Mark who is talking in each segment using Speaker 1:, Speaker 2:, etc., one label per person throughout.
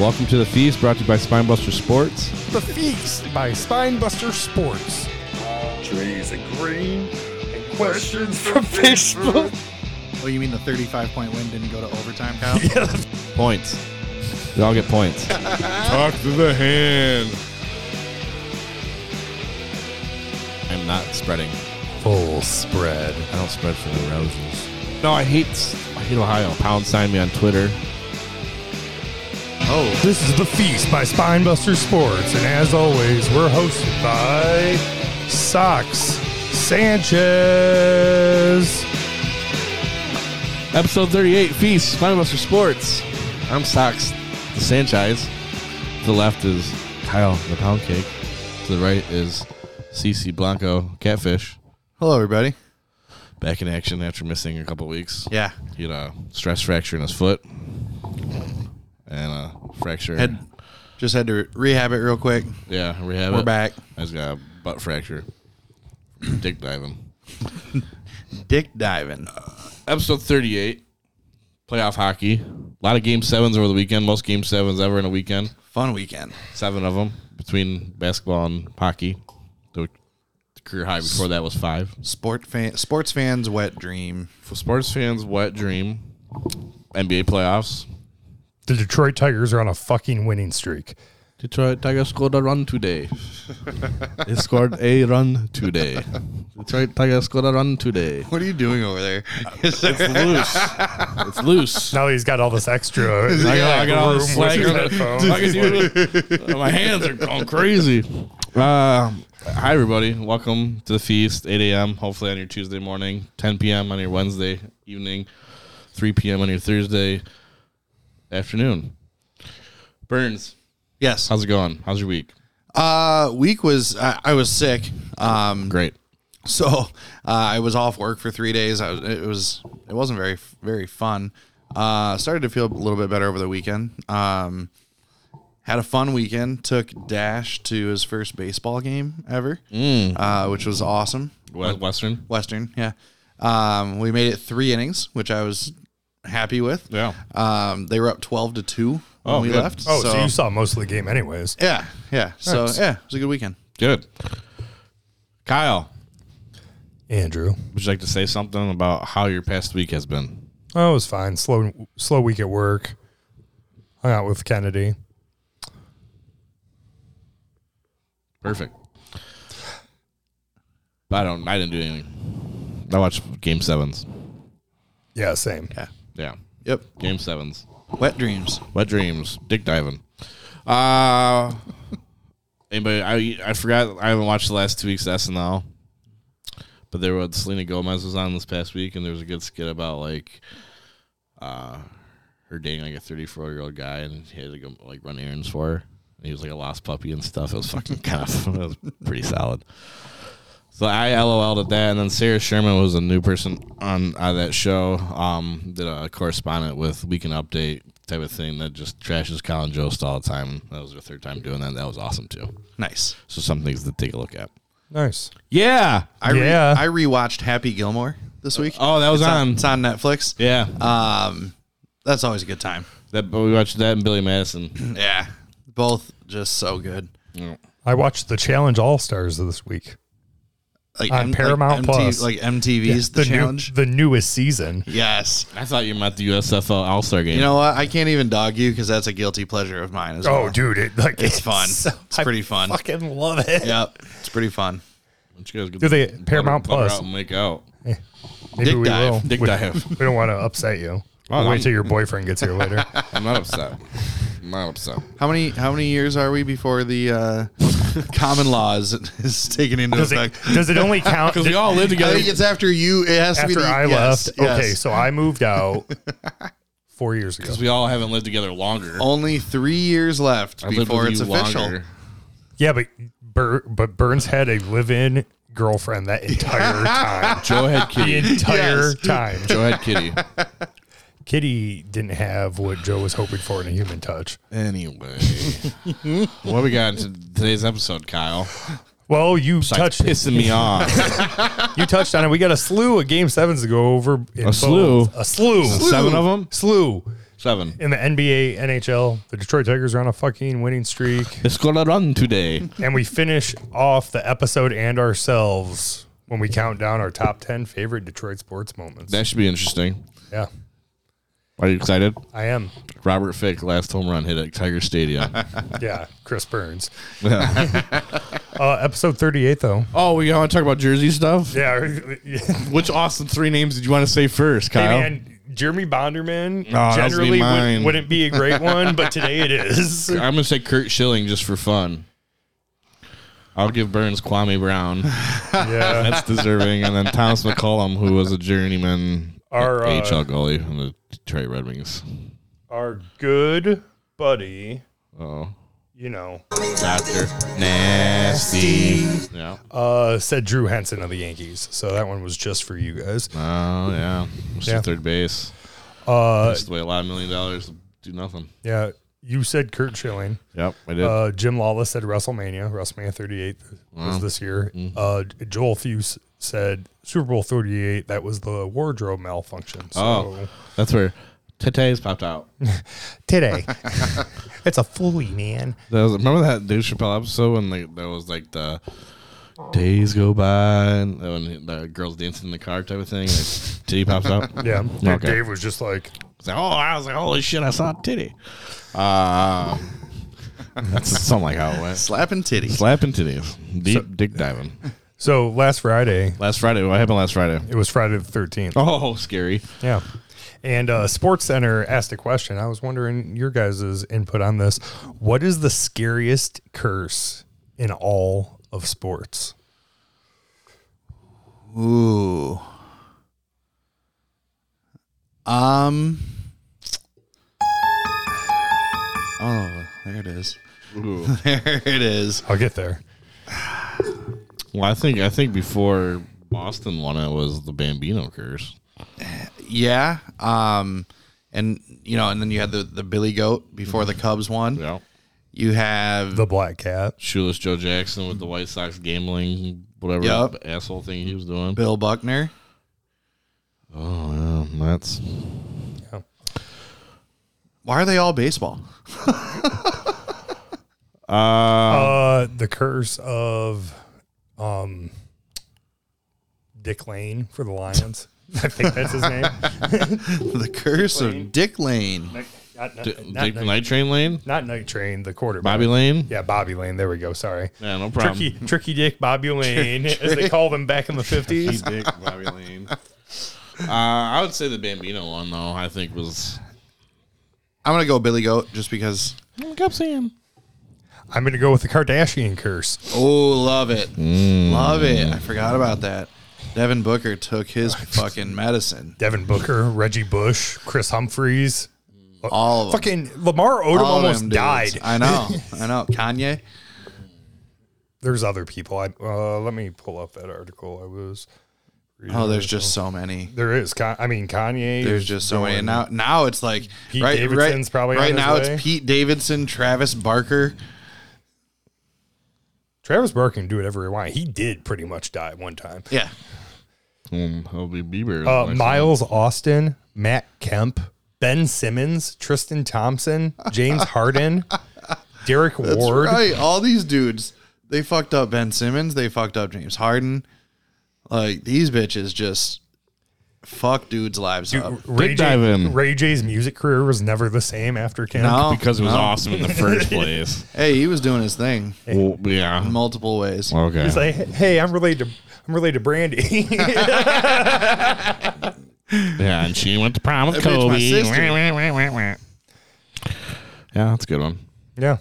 Speaker 1: Welcome to the feast brought to you by Spinebuster Sports.
Speaker 2: The Feast by Spinebuster Sports.
Speaker 3: trees and green and questions from Facebook.
Speaker 4: Oh, you mean the 35 point win didn't go to overtime, Kyle?
Speaker 1: Points. We all get points. Talk to the hand. I'm not spreading.
Speaker 2: Full spread.
Speaker 1: I don't spread for the roses. No, I hate I hate Ohio. Pound sign me on Twitter.
Speaker 4: Oh,
Speaker 2: This is The Feast by Spinebuster Sports, and as always, we're hosted by Socks Sanchez.
Speaker 1: Episode 38, Feast, Spinebuster Sports. I'm Sox the Sanchez. To the left is Kyle the Pound Cake. To the right is CC Blanco Catfish.
Speaker 4: hello, everybody.
Speaker 1: Back in action after missing a couple weeks.
Speaker 4: Yeah.
Speaker 1: He had a stress fracture in his foot and a fracture.
Speaker 4: Had, just had to rehab it real quick.
Speaker 1: yeah, rehab.
Speaker 4: We're
Speaker 1: it.
Speaker 4: back.
Speaker 1: I just got a butt fracture. Dick diving.
Speaker 4: Dick diving.
Speaker 1: Episode 38, playoff hockey. A lot of game sevens over the weekend, most game sevens ever in a weekend.
Speaker 4: Fun weekend.
Speaker 1: Seven of them between basketball and hockey. The the career high before that was five.
Speaker 4: Sport fan, sports fans' wet dream.
Speaker 1: For sports fans, wet dream. NBA playoffs.
Speaker 2: The Detroit Tigers are on a fucking winning streak.
Speaker 1: Detroit Tigers scored a run today. they scored a run today. Detroit Tigers scored a run today.
Speaker 4: What are you doing over there?
Speaker 1: It's loose. It's loose.
Speaker 2: Now that he's got all this extra
Speaker 1: I got, I got all this
Speaker 2: room
Speaker 1: slack.
Speaker 2: with his
Speaker 1: I can
Speaker 2: headphones.
Speaker 1: do it. My hands are going crazy. Uh, hi, everybody. Welcome to the feast. 8 a.m. Hopefully on your Tuesday morning, 10 p.m. on your Wednesday evening, 3 p.m. on your Thursday afternoon. Burns,
Speaker 4: yes.
Speaker 1: how's it going? How's your week?
Speaker 4: Uh, week was I, I was sick. Um,
Speaker 1: Great.
Speaker 4: so uh, I was off work for three days. I was, it was it wasn't very very fun. Uh, started to feel a little bit better over the weekend. Um, had a fun weekend. Took Dash to his first baseball game ever, uh, which was awesome.
Speaker 1: Wes- Western.
Speaker 4: Western, yeah. Um, we made it three innings, which I was happy with.
Speaker 1: Yeah.
Speaker 4: Um, they were up twelve to two when
Speaker 1: Oh,
Speaker 4: we
Speaker 1: good.
Speaker 4: left.
Speaker 2: Oh, so, you saw most of the game, anyways.
Speaker 4: yeah, yeah. So
Speaker 2: Nice.
Speaker 4: yeah, it was a good weekend.
Speaker 1: Good. Kyle,
Speaker 2: Andrew.
Speaker 1: would you like to say something about how your past week has been?
Speaker 2: Oh, it was fine. Slow, slow week at work. Hung out with Kennedy.
Speaker 1: Perfect. I don't. I didn't do anything. I watched game sevens.
Speaker 2: Yeah, same.
Speaker 4: Yeah.
Speaker 1: Yeah,
Speaker 4: Yep.
Speaker 1: game sevens.
Speaker 4: Wet dreams.
Speaker 1: Wet dreams. Dick diving. Uh anybody? I I forgot. I haven't watched the last two weeks of SNL. But there was Selena Gomez was on this past week, and there was a good skit about like, uh, her dating like a 34 year old guy, and he had to go like run errands for her. And he was like a lost puppy and stuff. It was fucking kind of it was pretty solid. So I LOL'd at that, and then Sarah Sherman was a new person on out of that show. Um, did a correspondent with Weekend Update type of thing that just trashes Colin Jost all the time. That was her third time doing that. That was awesome too.
Speaker 4: Nice.
Speaker 1: So some things to take a look at.
Speaker 2: Nice.
Speaker 1: Yeah.
Speaker 4: I re-
Speaker 2: Yeah.
Speaker 4: I rewatched Happy Gilmore this week.
Speaker 1: Oh, that was
Speaker 4: it's
Speaker 1: on.
Speaker 4: It's on Netflix.
Speaker 1: Yeah.
Speaker 4: Um, that's always a good time.
Speaker 1: that but we watched that and Billy Madison.
Speaker 4: Yeah, both just so good.
Speaker 2: I watched the Challenge All Stars this week.
Speaker 4: Like
Speaker 2: On Paramount
Speaker 4: like
Speaker 2: Plus.
Speaker 4: like MTV's
Speaker 2: new-
Speaker 4: the, challenge.
Speaker 2: the newest season.
Speaker 4: yes.
Speaker 1: I thought you meant the USFL All Star game.
Speaker 4: You know what? I can't even dog you because that's a guilty pleasure of mine as well.
Speaker 2: Oh, dude, it like
Speaker 4: It's fun. It's
Speaker 2: I
Speaker 4: pretty fun.
Speaker 2: Fucking love it.
Speaker 4: Yep, it's pretty fun.
Speaker 1: Don't you guys go
Speaker 2: Do they-
Speaker 1: bugger-
Speaker 2: Paramount
Speaker 1: bugger
Speaker 2: Plus.
Speaker 1: out and make out.
Speaker 2: Maybe
Speaker 4: Dick
Speaker 2: we
Speaker 4: dive.
Speaker 2: will.
Speaker 1: Dick
Speaker 2: we,
Speaker 1: dive.
Speaker 2: we don't want to upset you.
Speaker 1: Oh,
Speaker 2: We'll
Speaker 1: I'm-
Speaker 2: wait till your boyfriend gets here later.
Speaker 1: I'm not upset. I'm not upset.
Speaker 4: How many how many years are we before the uh, common law is, is taken into
Speaker 2: Does it,
Speaker 4: effect?
Speaker 2: does it only count
Speaker 1: Because we all live
Speaker 4: I
Speaker 1: together.
Speaker 4: think it's after you. It has to be
Speaker 2: after
Speaker 4: the-
Speaker 2: I
Speaker 4: yes,
Speaker 2: left?
Speaker 4: yes.
Speaker 2: Okay, so I moved out four years ago.
Speaker 1: Because we all haven't lived together longer.
Speaker 4: Only three years left
Speaker 1: I've lived
Speaker 4: before
Speaker 1: with
Speaker 4: it's
Speaker 1: you
Speaker 4: official.
Speaker 1: longer.
Speaker 2: Yeah, but Bur- but Burns had a live-in girlfriend that entire time.
Speaker 1: Joe had
Speaker 2: the
Speaker 1: kitty.
Speaker 2: entire
Speaker 4: Yes.
Speaker 2: time.
Speaker 1: Joe had kitty.
Speaker 2: Kitty didn't have what Joe was hoping for in a human touch.
Speaker 1: Anyway, what we got into today's episode, Kyle?
Speaker 2: Well, you
Speaker 1: That's
Speaker 2: touched
Speaker 1: pissing me off.
Speaker 2: you touched on it. We got a slew of game sevens to go over. in
Speaker 1: A slew?
Speaker 2: both. a slew,
Speaker 1: Seven of them.
Speaker 2: slew.
Speaker 1: Seven.
Speaker 2: in the NBA, NHL, the Detroit Tigers are on a fucking winning streak.
Speaker 1: Let's go on a run today.
Speaker 2: and we finish off the episode and ourselves when we count down our top 10 favorite Detroit sports moments.
Speaker 1: that should be interesting.
Speaker 2: yeah,
Speaker 1: Are you excited?
Speaker 2: I am.
Speaker 1: Robert Fick last home run hit at Tiger Stadium.
Speaker 2: Yeah, Chris Burns.
Speaker 1: Yeah.
Speaker 2: Uh, episode 38, though.
Speaker 1: oh, we want to talk about Jersey stuff.
Speaker 2: Yeah. hey,
Speaker 1: Which Austin three names did you want to say first, Kyle? Oh,
Speaker 2: man, Jeremy Bonderman
Speaker 1: that's be
Speaker 2: generally
Speaker 1: mine.
Speaker 2: would, wouldn't be a great one, but today it is.
Speaker 1: I'm gonna say Kurt Schilling just for fun. I'll give Burns Kwame Brown.
Speaker 2: Yeah.
Speaker 1: That's deserving, and then Thomas McCollum, who was a journeyman
Speaker 2: Our, uh,
Speaker 1: HL goalie from the Detroit Red Wings.
Speaker 2: Our good buddy,
Speaker 1: Oh,
Speaker 2: you know,
Speaker 1: Doctor Nasty. Yeah. Oh
Speaker 2: uh, said Drew Henson of the Yankees. So that one was just for you guys.
Speaker 1: Oh, yeah. Just
Speaker 2: Yeah.
Speaker 1: third base.
Speaker 2: Uh,
Speaker 1: Just the way a lot of million dollars do nothing.
Speaker 2: yeah. You said Kurt Schilling.
Speaker 1: Yep, I did.
Speaker 2: Uh, Jim Lawless said WrestleMania. WrestleMania 38 was this year.
Speaker 1: Mm-hmm.
Speaker 2: Uh, Joel Fuse said Super Bowl 38. That was the wardrobe malfunction. So
Speaker 1: oh, that's where Tete's popped out.
Speaker 2: today, it's a fully man.
Speaker 1: That was, remember that Dave Chappelle episode when like there was like the days go by and when the girls dancing in the car type of thing, like, titty pops out.
Speaker 2: Yeah, And
Speaker 1: Okay.
Speaker 2: Dave was just like,
Speaker 1: It's like, oh, I was like, holy shit, I saw a titty. Uh, that's something like how it went.
Speaker 4: Slapping titty.
Speaker 1: Slapping titties, deep dick diving.
Speaker 2: so last Friday.
Speaker 1: Last Friday, what happened last Friday?
Speaker 2: It was Friday the 13th.
Speaker 1: Oh, scary.
Speaker 2: Yeah. And uh, Sports Center asked a question. I was wondering your guys' input on this. What is the scariest curse in all of sports?
Speaker 4: Ooh. Um. Oh, there it is.
Speaker 1: Ooh.
Speaker 4: There it is.
Speaker 2: I'll get there.
Speaker 1: Well, I think I think before Boston won it was the Bambino curse.
Speaker 4: Yeah. Um, and you know, and then you had the the Billy Goat before the Cubs won.
Speaker 1: Yeah.
Speaker 4: You have
Speaker 2: The Black Cat.
Speaker 1: Shoeless Joe Jackson with the White Sox gambling, whatever
Speaker 4: Yep.
Speaker 1: asshole thing he was doing.
Speaker 4: Bill Buckner.
Speaker 1: Oh, yeah, that's
Speaker 4: Why are they all baseball?
Speaker 1: Oh.
Speaker 2: Uh, the curse of um, Dick Lane for the Lions. I think that's his name.
Speaker 4: the curse of Dick Lane.
Speaker 2: Not, not,
Speaker 1: Dick,
Speaker 2: not,
Speaker 1: Dick
Speaker 2: Night-
Speaker 1: Night Train Lane,
Speaker 2: not Night Train, the quarterback.
Speaker 1: Bobby Lane.
Speaker 2: Yeah, Bobby Lane. There we go. Sorry.
Speaker 1: Yeah, no problem.
Speaker 2: Tricky, tricky Dick Bobby Lane, as they called him back in the
Speaker 1: He
Speaker 2: fifties.
Speaker 1: dick Bobby Lane. Uh, I would say the Bambino one though. I think was.
Speaker 4: I'm gonna go Billy Goat just because.
Speaker 1: Look up, Sam.
Speaker 2: I'm gonna go with the Kardashian curse.
Speaker 4: Oh, love it, love it. I forgot about that. Devin Booker took his fucking medicine.
Speaker 2: Devin Booker, Reggie Bush, Chris Humphreys,
Speaker 4: All of them.
Speaker 2: fucking Lamar Odom
Speaker 4: All of
Speaker 2: almost
Speaker 4: them dudes.
Speaker 2: died.
Speaker 4: I know. I know. Kanye.
Speaker 2: There's other people. I uh, let me pull up that article. I was. reading
Speaker 4: Oh, there's
Speaker 2: this.
Speaker 4: just so many.
Speaker 2: There is. Con- I mean, Kanye.
Speaker 4: There's
Speaker 2: is
Speaker 4: just so many.
Speaker 2: doing-
Speaker 4: And now, now it's like
Speaker 2: Pete
Speaker 4: right,
Speaker 2: Davidson's
Speaker 4: right,
Speaker 2: probably on
Speaker 4: right
Speaker 2: his
Speaker 4: now.
Speaker 2: way.
Speaker 4: It's Pete Davidson, Travis Barker.
Speaker 2: Travis Barker can do whatever he wants. He did pretty much die at one time.
Speaker 4: Yeah,
Speaker 1: Um, will be Bieber.
Speaker 2: Uh, Miles Austin, Matt Kemp, Ben Simmons, Tristan Thompson, James Harden, Derek
Speaker 4: that's
Speaker 2: Ward.
Speaker 4: right. All these dudes, they fucked up Ben Simmons. They fucked up James Harden. Like these bitches just fuck dudes' lives up.
Speaker 2: Ray,
Speaker 1: Big
Speaker 2: J,
Speaker 1: diving.
Speaker 2: Ray J's music career was never the same after Kemp.
Speaker 4: No,
Speaker 1: because it was
Speaker 4: no.
Speaker 1: awesome in the first place.
Speaker 4: Hey, he was doing his thing
Speaker 1: Well, yeah.
Speaker 4: multiple ways.
Speaker 1: Okay.
Speaker 2: He's like, hey, I'm related to I'm related to Brandy.
Speaker 1: yeah, and she went to prom with
Speaker 4: That bitch my
Speaker 1: Kobe.
Speaker 4: sister.
Speaker 1: yeah, that's a good one.
Speaker 2: yeah.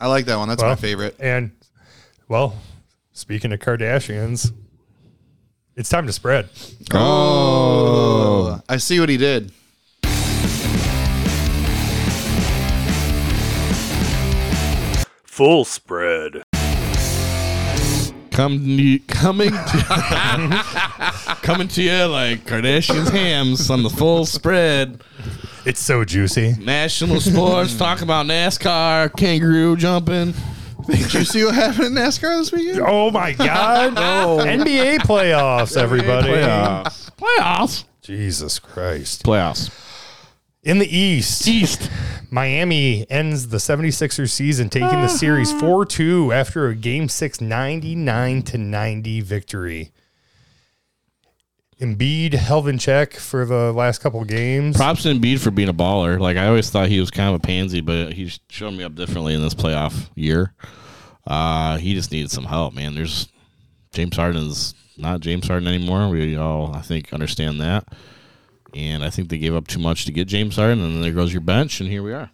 Speaker 4: I like that one. That's my
Speaker 2: Well,
Speaker 4: favorite.
Speaker 2: And well, speaking of Kardashians, it's time to spread.
Speaker 4: Oh, I see what he did.
Speaker 3: Full spread.
Speaker 1: Come you, coming to, coming to you like Kardashian's hams on the full spread.
Speaker 2: It's so juicy.
Speaker 1: National sports, talk about NASCAR, kangaroo jumping.
Speaker 4: Did you see what happened in NASCAR this weekend?
Speaker 2: Oh my God! NBA playoffs, everybody.
Speaker 1: Playoffs. Playoffs.
Speaker 2: Jesus Christ!
Speaker 1: Playoffs.
Speaker 2: In the East,
Speaker 1: East.
Speaker 2: Miami ends the 76ers season taking
Speaker 4: Uh-huh.
Speaker 2: the series 4 2 after a game six 99 to 90 victory. Embiid held in check for the last couple games.
Speaker 1: Props to Embiid for being a baller. Like I always thought he was kind of a pansy, but he's shown me up differently in this playoff year. Uh, he just needed some help, man. There's James Harden's not James Harden anymore. We all I think understand that. And I think they gave up too much to get James Harden, and then there goes your bench, and here we are.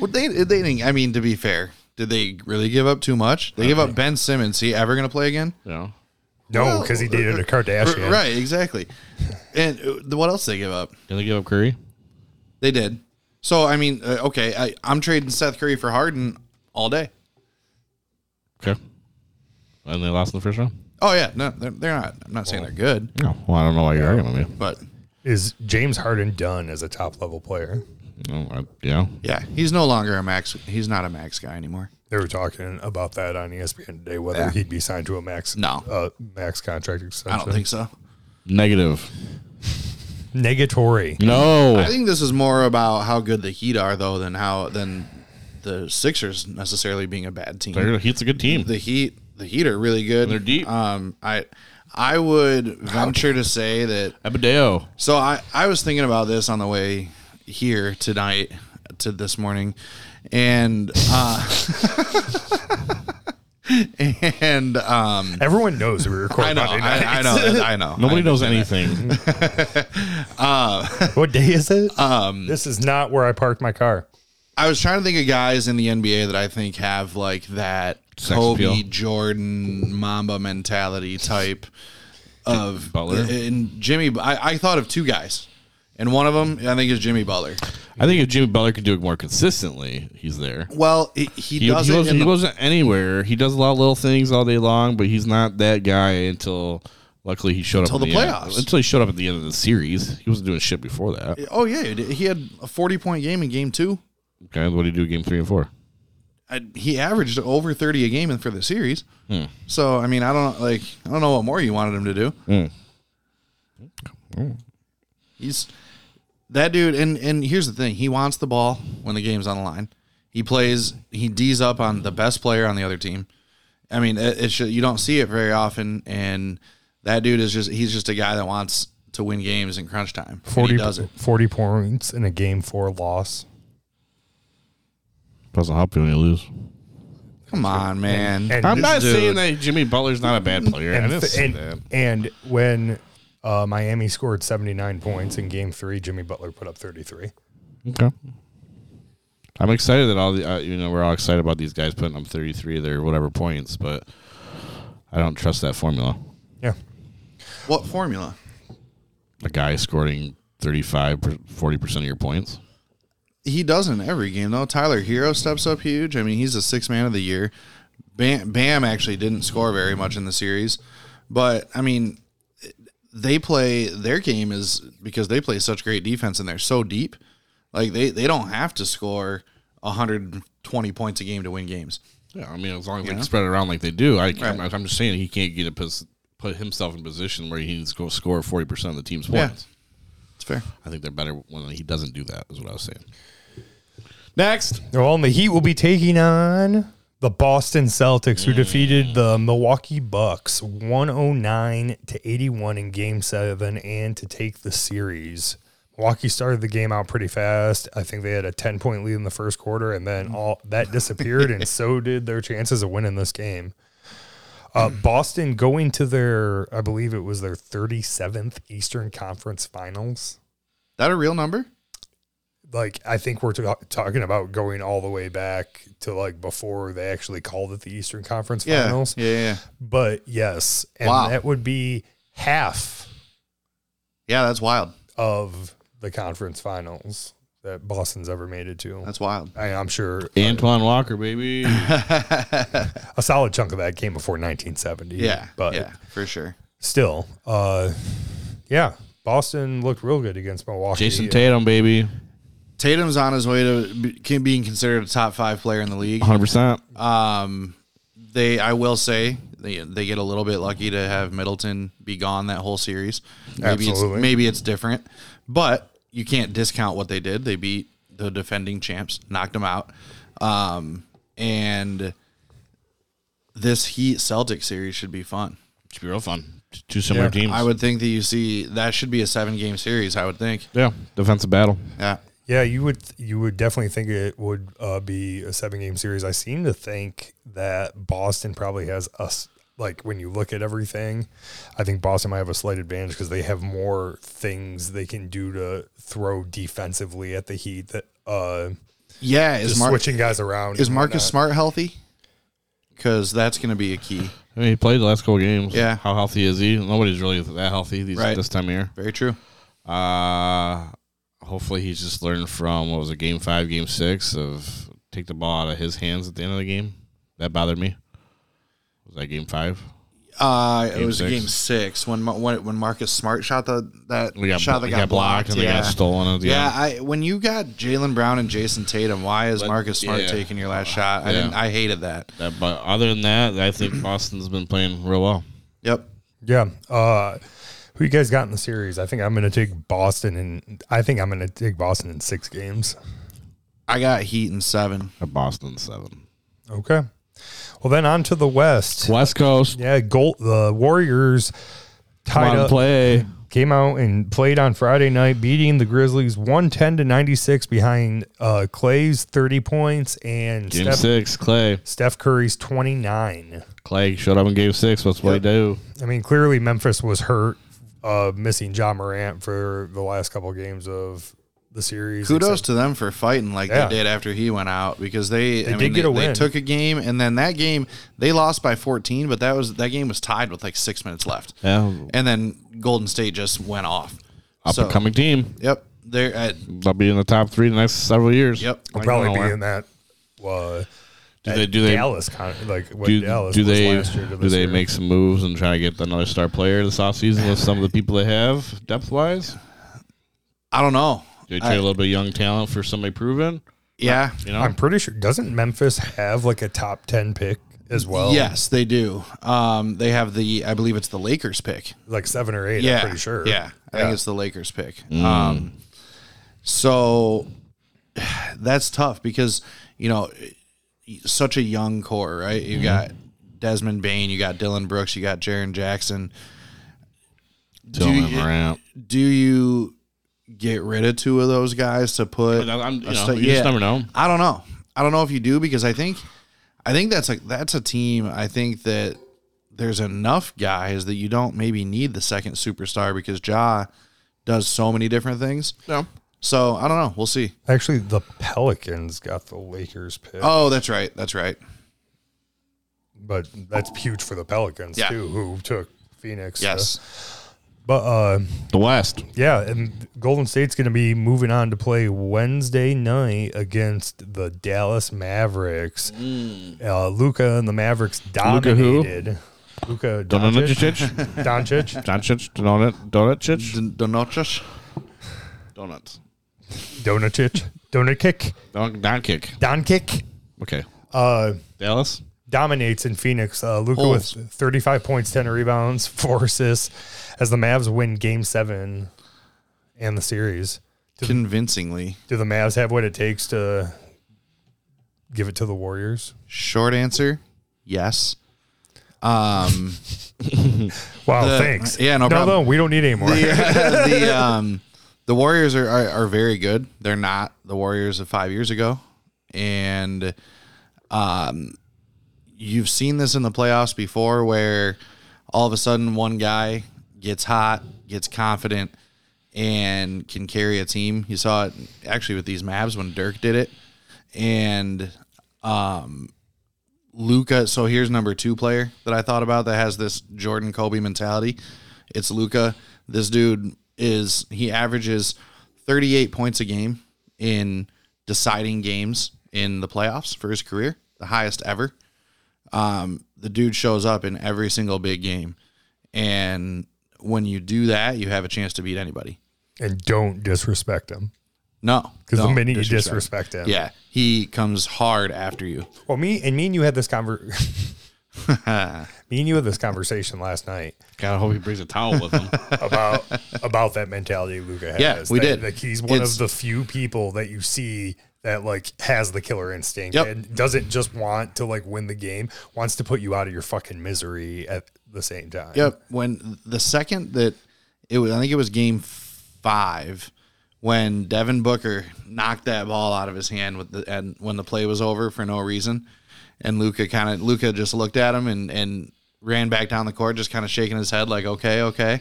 Speaker 4: Well, they they didn't. I mean, to be fair, did they really give up too much? They give up Ben Simmons. He ever going to play again?
Speaker 1: You know?
Speaker 2: no, because he dated a Kardashian.
Speaker 4: R- Right, exactly. And uh, the- what else did they give up?
Speaker 1: Did they give up Curry?
Speaker 4: They did. So I mean, uh, okay, I, I'm trading Seth Curry for Harden all day.
Speaker 1: Okay. And they lost in the first round.
Speaker 4: Oh yeah, no, they're, they're not. I'm not saying they're good,
Speaker 1: No, well, I don't know why you're arguing with me.
Speaker 4: but
Speaker 2: Is James Harden done as a top level player?
Speaker 1: No, I, yeah,
Speaker 4: yeah, he's no longer a max. He's not a max guy anymore.
Speaker 2: They were talking about that on E ESPN today, whether
Speaker 4: Yeah.
Speaker 2: he'd be signed to a max
Speaker 4: No.
Speaker 2: uh, max contract
Speaker 4: I
Speaker 2: extension.
Speaker 4: don't think so.
Speaker 1: negative.
Speaker 2: Negatory.
Speaker 1: No,
Speaker 4: I think this is more about how good the Heat are, though, than how than the Sixers necessarily being a bad team.
Speaker 1: They're- Heat's a good team.
Speaker 4: the Heat, the Heat are really good.
Speaker 1: They're deep.
Speaker 4: Um, I, I would venture to say that.
Speaker 1: Abadeo.
Speaker 4: So I, I was thinking about this on the way here tonight to this morning, and uh, and um,
Speaker 2: Everyone knows we
Speaker 4: I
Speaker 2: record
Speaker 4: know,
Speaker 2: Monday night.
Speaker 4: I, I know, I know.
Speaker 1: Nobody
Speaker 4: I-
Speaker 1: knows anything.
Speaker 2: What day is it? Um, this is not where I parked my car.
Speaker 4: I was trying to think of guys in the NBA that I think have like that
Speaker 1: Sex
Speaker 4: Kobe,
Speaker 1: appeal.
Speaker 4: Jordan, Mamba mentality type of uh,
Speaker 1: Butler.
Speaker 4: And Jimmy, I, I thought of two guys, and one of them I think is Jimmy Butler.
Speaker 1: I think if Jimmy Butler could do it more consistently, he's there.
Speaker 4: Well, he,
Speaker 1: He,
Speaker 4: he,
Speaker 1: he,
Speaker 4: does it.
Speaker 1: wasn't,
Speaker 4: in
Speaker 1: he
Speaker 4: the-
Speaker 1: wasn't anywhere. He does a lot of little things all day long, but he's not that guy until luckily he showed up
Speaker 4: Until
Speaker 1: in
Speaker 4: the
Speaker 1: end-
Speaker 4: playoffs.
Speaker 1: until he showed up at the end of the series, he wasn't doing shit before that.
Speaker 4: oh yeah, he did. he had a forty-point game in game two.
Speaker 1: Okay, what did he do game three and four?
Speaker 4: I, he averaged over thirty a game in- for the series. So I mean, I don't like I don't know what more you wanted him to do. He's that dude, and and here's the thing: he wants the ball when the game's on the line. He plays, he d's up on the best player on the other team. I mean, it, it's ju- you don't see it very often, and that dude is just he's just a guy that wants to win games in crunch time. and he does it.
Speaker 2: 40 points in a game four loss.
Speaker 1: Doesn't help you when you lose.
Speaker 4: Come on, man.
Speaker 2: And,
Speaker 1: I'm not
Speaker 4: dude-
Speaker 1: saying that Jimmy Butler's not a bad player. I
Speaker 2: and,
Speaker 1: didn't say
Speaker 2: and,
Speaker 1: that.
Speaker 2: and when uh, Miami scored 79 points in game three, Jimmy Butler put up 33.
Speaker 1: Okay. I'm excited that all the uh, you know we're all excited about these guys putting up 33 of their whatever points, but I don't trust that formula.
Speaker 2: Yeah.
Speaker 4: What formula?
Speaker 1: A guy scoring 35 per- 40% of your points.
Speaker 4: he does in every game though. Tyler Hero steps up huge. I mean, he's the sixth man of the year. Bam, Bam actually didn't score very much in the series, but I mean, they play their game is because they play such great defense and they're so deep. Like they they don't have to score 120 points a game to win games.
Speaker 1: Yeah, I mean as long as they can spread it around like they do, I can't,
Speaker 4: Right.
Speaker 1: I'm just saying he can't get a pos- put himself in a position where he needs to go score 40% of the team's
Speaker 4: Yeah.
Speaker 1: points.
Speaker 4: It's fair.
Speaker 1: I think they're better when he doesn't do that is what I was saying. Next.
Speaker 2: Well, and the Heat will be taking on the Boston Celtics, who defeated the Milwaukee Bucks 109 to 81 in game seven and to take the series. Milwaukee started the game out pretty fast. I think they had a 10 point lead in the first quarter, and then all that disappeared, and so did their chances of winning this game. Uh, Boston going to their, I believe it was their 37th Eastern Conference Finals
Speaker 4: That a real number?
Speaker 2: like I think we're ta- talking about going all the way back to like before they actually called it the Eastern Conference
Speaker 4: Yeah.
Speaker 2: Finals.
Speaker 4: Yeah, yeah, yeah.
Speaker 2: But yes, and
Speaker 4: Wow.
Speaker 2: that would be half
Speaker 4: Yeah, that's wild.
Speaker 2: of the conference finals that Boston's ever made it to.
Speaker 4: That's wild.
Speaker 2: I, I'm sure
Speaker 1: Antoine Walker, baby.
Speaker 2: a solid chunk of that came before 1970.
Speaker 4: Yeah.
Speaker 2: but
Speaker 4: yeah, for sure.
Speaker 2: still, uh, yeah, Boston looked real good against Milwaukee.
Speaker 1: Jason Tatum, baby.
Speaker 4: Tatum's on his way to be, being considered a top 5 player in the league.
Speaker 1: 100%.
Speaker 4: Um, they, I will say, they they get a little bit lucky to have Middleton be gone that whole series. Maybe
Speaker 2: Absolutely.
Speaker 4: it's maybe it's different, but you can't discount what they did. They beat the defending champs, knocked them out, um, and this Heat Celtic series should be fun.
Speaker 1: Should be real fun. T- Two similar
Speaker 2: Yeah,
Speaker 1: teams.
Speaker 4: I would think that you see that should be a seven game series. I would think.
Speaker 1: yeah, defensive battle.
Speaker 4: Yeah.
Speaker 2: Yeah, you would you would definitely think it would uh, be a seven game series. I seem to think that Boston probably has us like when you look at everything, I think Boston might have a slight advantage because they have more things they can do to throw defensively at the Heat that uh,
Speaker 4: Yeah. Is
Speaker 2: just
Speaker 4: Mar-
Speaker 2: switching guys around.
Speaker 4: is
Speaker 2: and
Speaker 4: Marcus
Speaker 2: whatnot.
Speaker 4: Smart healthy? Because that's going to be a key.
Speaker 1: I mean, he played the last couple games.
Speaker 4: Yeah.
Speaker 1: How healthy is he? Nobody's really that healthy these,
Speaker 4: Right.
Speaker 1: this time of year.
Speaker 4: Very true.
Speaker 1: Uh, hopefully he's just learned from what was it, game five, game six of take the ball out of his hands at the end of the game. That bothered me. Was that game five?
Speaker 4: Uh, it
Speaker 1: Game
Speaker 4: was
Speaker 1: six.
Speaker 4: game six when Ma- when when Marcus Smart shot the that
Speaker 1: We got,
Speaker 4: shot that
Speaker 1: we
Speaker 4: got,
Speaker 1: got
Speaker 4: blocked,
Speaker 1: blocked, and
Speaker 4: yeah.
Speaker 1: they got stolen. At the
Speaker 4: Yeah,
Speaker 1: end.
Speaker 4: I when you got Jalen Brown and Jason Tatum, why is
Speaker 1: But-
Speaker 4: Marcus Smart
Speaker 1: yeah.
Speaker 4: taking your last shot? I
Speaker 1: Yeah.
Speaker 4: didn't. I hated that.
Speaker 1: That- but other than that, I think Boston's been playing real well.
Speaker 4: Yep.
Speaker 2: Yeah. Uh, who you guys got in the series? I think I'm going to take Boston, and I think I'm going to take Boston in six games.
Speaker 4: I got Heat in seven.
Speaker 1: At Boston seven.
Speaker 2: Okay. Well, then on to the West.
Speaker 1: West Coast.
Speaker 2: Yeah, goal, the Warriors
Speaker 1: Come
Speaker 2: tied
Speaker 1: on,
Speaker 2: up,
Speaker 1: play.
Speaker 2: came out and played on Friday night, beating the Grizzlies 110 to 96 behind uh, Clay's 30 points and
Speaker 1: Game
Speaker 2: Steph,
Speaker 1: six, Clay.
Speaker 2: Steph Curry's 29.
Speaker 1: Clay showed up in game six. What's what he do?
Speaker 2: I mean, clearly Memphis was hurt, uh, missing John Morant for the last couple games of the series.
Speaker 4: Kudos
Speaker 2: except-
Speaker 4: to them for fighting like
Speaker 2: Yeah.
Speaker 4: they did after he went out because they, I
Speaker 2: did
Speaker 4: mean,
Speaker 2: get a
Speaker 4: they,
Speaker 2: win.
Speaker 4: They took a game and then that game they lost by 14, but that was that game was tied with like six minutes left,
Speaker 1: Yeah,
Speaker 4: and then Golden State just went off.
Speaker 1: up
Speaker 4: So,
Speaker 1: and coming team.
Speaker 4: Yep. They're at
Speaker 1: They'll be in the top three the next several years.
Speaker 4: yep.
Speaker 2: I'll probably be in that. Uh,
Speaker 1: Do they do they
Speaker 2: Dallas kind of like what
Speaker 1: do,
Speaker 2: Dallas
Speaker 1: do
Speaker 2: was
Speaker 1: they
Speaker 2: last year to
Speaker 1: do
Speaker 2: this
Speaker 1: they
Speaker 2: year.
Speaker 1: make some moves and try to get another star player this offseason with some of the people they have depth wise?
Speaker 4: I don't know.
Speaker 1: Do they trade a little bit of young talent for somebody proven?
Speaker 4: Yeah.
Speaker 1: You know,
Speaker 2: I'm pretty sure doesn't Memphis have like a top 10 pick as well?
Speaker 4: Yes, they do. Um, they have the I believe it's the Lakers pick.
Speaker 2: like seven or eight.
Speaker 4: yeah,
Speaker 2: I'm pretty sure.
Speaker 4: Yeah, I
Speaker 2: Yeah.
Speaker 4: think it's the Lakers pick. Um, so that's tough because you know such a young core, right? You got Desmond Bain, you got Dylan Brooks, you got Jaron Jackson. Do
Speaker 1: Dylan
Speaker 4: you,
Speaker 1: Morant.
Speaker 4: do you get rid of two of those guys to put?
Speaker 1: But I'm, you
Speaker 4: a
Speaker 1: know,
Speaker 4: sta-
Speaker 1: you just never know.
Speaker 4: I don't know. I don't know if you do because I think, I think that's like that's a team. I think that there's enough guys that you don't maybe need the second superstar because Ja does so many different things.
Speaker 1: No.
Speaker 4: So I don't know. We'll see.
Speaker 2: Actually, the Pelicans got the Lakers pick,
Speaker 4: Oh, that's right. That's right.
Speaker 2: but that's huge for the Pelicans
Speaker 4: Yeah.
Speaker 2: too, who took Phoenix.
Speaker 4: Yes.
Speaker 2: but uh,
Speaker 1: The West.
Speaker 2: yeah, and Golden State's going to be moving on to play Wednesday night against the Dallas Mavericks.
Speaker 4: Mm.
Speaker 2: Uh, Luca and the Mavericks
Speaker 1: Luka who?
Speaker 2: dominated. Luca Doncic.
Speaker 1: Doncic.
Speaker 2: Doncic.
Speaker 1: Doncic. Donut. Donutic.
Speaker 4: D- Donotas.
Speaker 1: Donuts.
Speaker 2: Donacic. Donut kick.
Speaker 1: Don, don kick.
Speaker 2: Don kick.
Speaker 1: Okay.
Speaker 2: Uh,
Speaker 1: Dallas.
Speaker 2: dominates in Phoenix. Uh, Luca
Speaker 4: Holes.
Speaker 2: with 35 points, 10 rebounds, four assists, as the Mavs win Game Seven and the series.
Speaker 4: Convincingly.
Speaker 2: Do the Mavs have what it takes to give it to the Warriors?
Speaker 4: Short answer. Yes. Um.
Speaker 2: Wow,
Speaker 4: The-
Speaker 2: thanks.
Speaker 4: yeah, no
Speaker 2: no,
Speaker 4: problem.
Speaker 2: no, we don't need any more.
Speaker 4: the, the, um, the Warriors are, are, are very good. They're not the Warriors of five years ago, and um, you've seen this in the playoffs before, where all of a sudden one guy gets hot, gets confident, and can carry a team. You saw it actually with these Mavs when Dirk did it, and um, Luca. So here's number two player that I thought about that has this Jordan Kobe mentality. It's Luca. This dude is he averages 38 points a game in deciding games in the playoffs for his career, the highest ever. Um, the dude shows up in every single big game, and when you do that, you have a chance to beat anybody.
Speaker 2: And don't disrespect him
Speaker 4: No,
Speaker 2: because the
Speaker 4: don't
Speaker 2: minute you
Speaker 4: disrespect.
Speaker 2: disrespect him,
Speaker 4: yeah, he comes hard after you.
Speaker 2: Well, me and me and you had this conver Me and you had this conversation last night
Speaker 1: God, I hope he brings a towel with him.
Speaker 2: about about that mentality Luca has.
Speaker 4: Yeah, we
Speaker 2: that,
Speaker 4: did.
Speaker 2: Like he's one
Speaker 4: It's-
Speaker 2: of the few people that you see that like has the killer instinct
Speaker 4: Yep.
Speaker 2: and doesn't just want to like win the game, wants to put you out of your fucking misery at the same time.
Speaker 4: Yep. When the second that it was, I think it was game five, when Devin Booker knocked that ball out of his hand with the, and when the play was over for no reason, and Luca kind of Luca just looked at him and and ran back down the court, just kind of shaking his head like, okay, okay.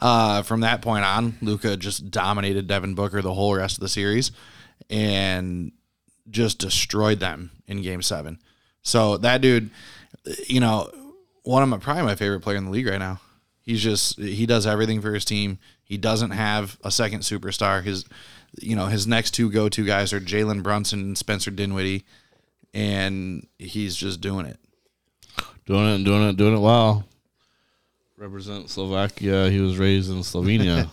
Speaker 4: Uh, from that point on, Luca just dominated Devin Booker the whole rest of the series, and just destroyed them in game seven. So that dude, you know, one of my probably my favorite player in the league right now. He's just he does everything for his team. He doesn't have a second superstar. His you know, his next two go to guys are Jalen Brunson and Spencer Dinwiddie, and he's just doing it.
Speaker 1: doing it and doing it, doing it well. Represent Slovakia. He was raised in Slovenia.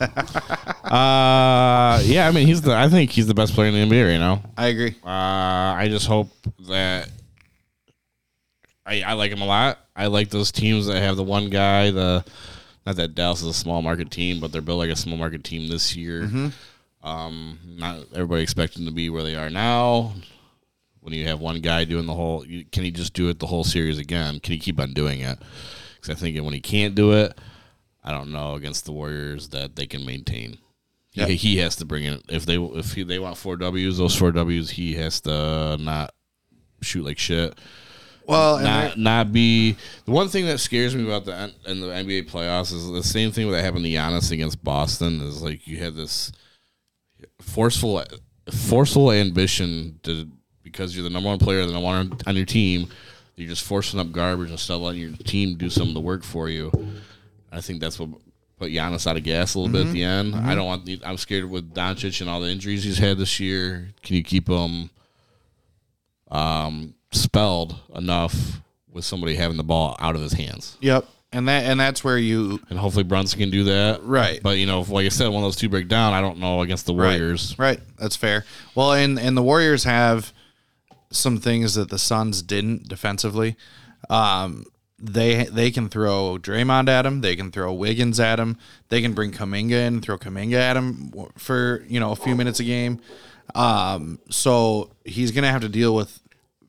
Speaker 1: uh, yeah, I mean, he's the. I think he's the best player in the NBA right now.
Speaker 4: I agree.
Speaker 1: Uh, I just hope that I, I like him a lot. I like those teams that have the one guy. The not that Dallas is a small market team, but they're built like a small market team this year. Um, not everybody expecting to be where they are now. When you have one guy doing the whole, you, can he just do it the whole series again? Can he keep on doing it? Because I think when he can't do it, I don't know against the Warriors that they can maintain. He,
Speaker 4: Yep.
Speaker 1: he has to bring in if they if he, they want four Ws, those four Ws, he has to not shoot like shit
Speaker 4: Well, and
Speaker 1: not not be the one thing that scares me about the N- in the NBA playoffs is the same thing that happened to Giannis against Boston is like you had this forceful forceful ambition to because you're the number one player, the number one on your team, you're just forcing up garbage instead of letting your team do some of the work for you. I think that's what put Giannis out of gas a little bit at the end. I don't want. the- I'm scared with Doncic and all the injuries he's had this year. Can you keep him um, spelled enough with somebody having the ball out of his hands?
Speaker 4: yep, and that and that's where you
Speaker 1: And hopefully Brunson can do that.
Speaker 4: Right.
Speaker 1: But you know, if, like I said, one of those two break down. I don't know against the Warriors.
Speaker 4: Right. right. That's fair. Well, and and the Warriors have some things that the Suns didn't defensively. Um, they they can throw Draymond at him. They can throw Wiggins at him. They can bring Kaminga in, throw Kaminga at him for you know a few minutes a game. Um, so he's gonna have to deal with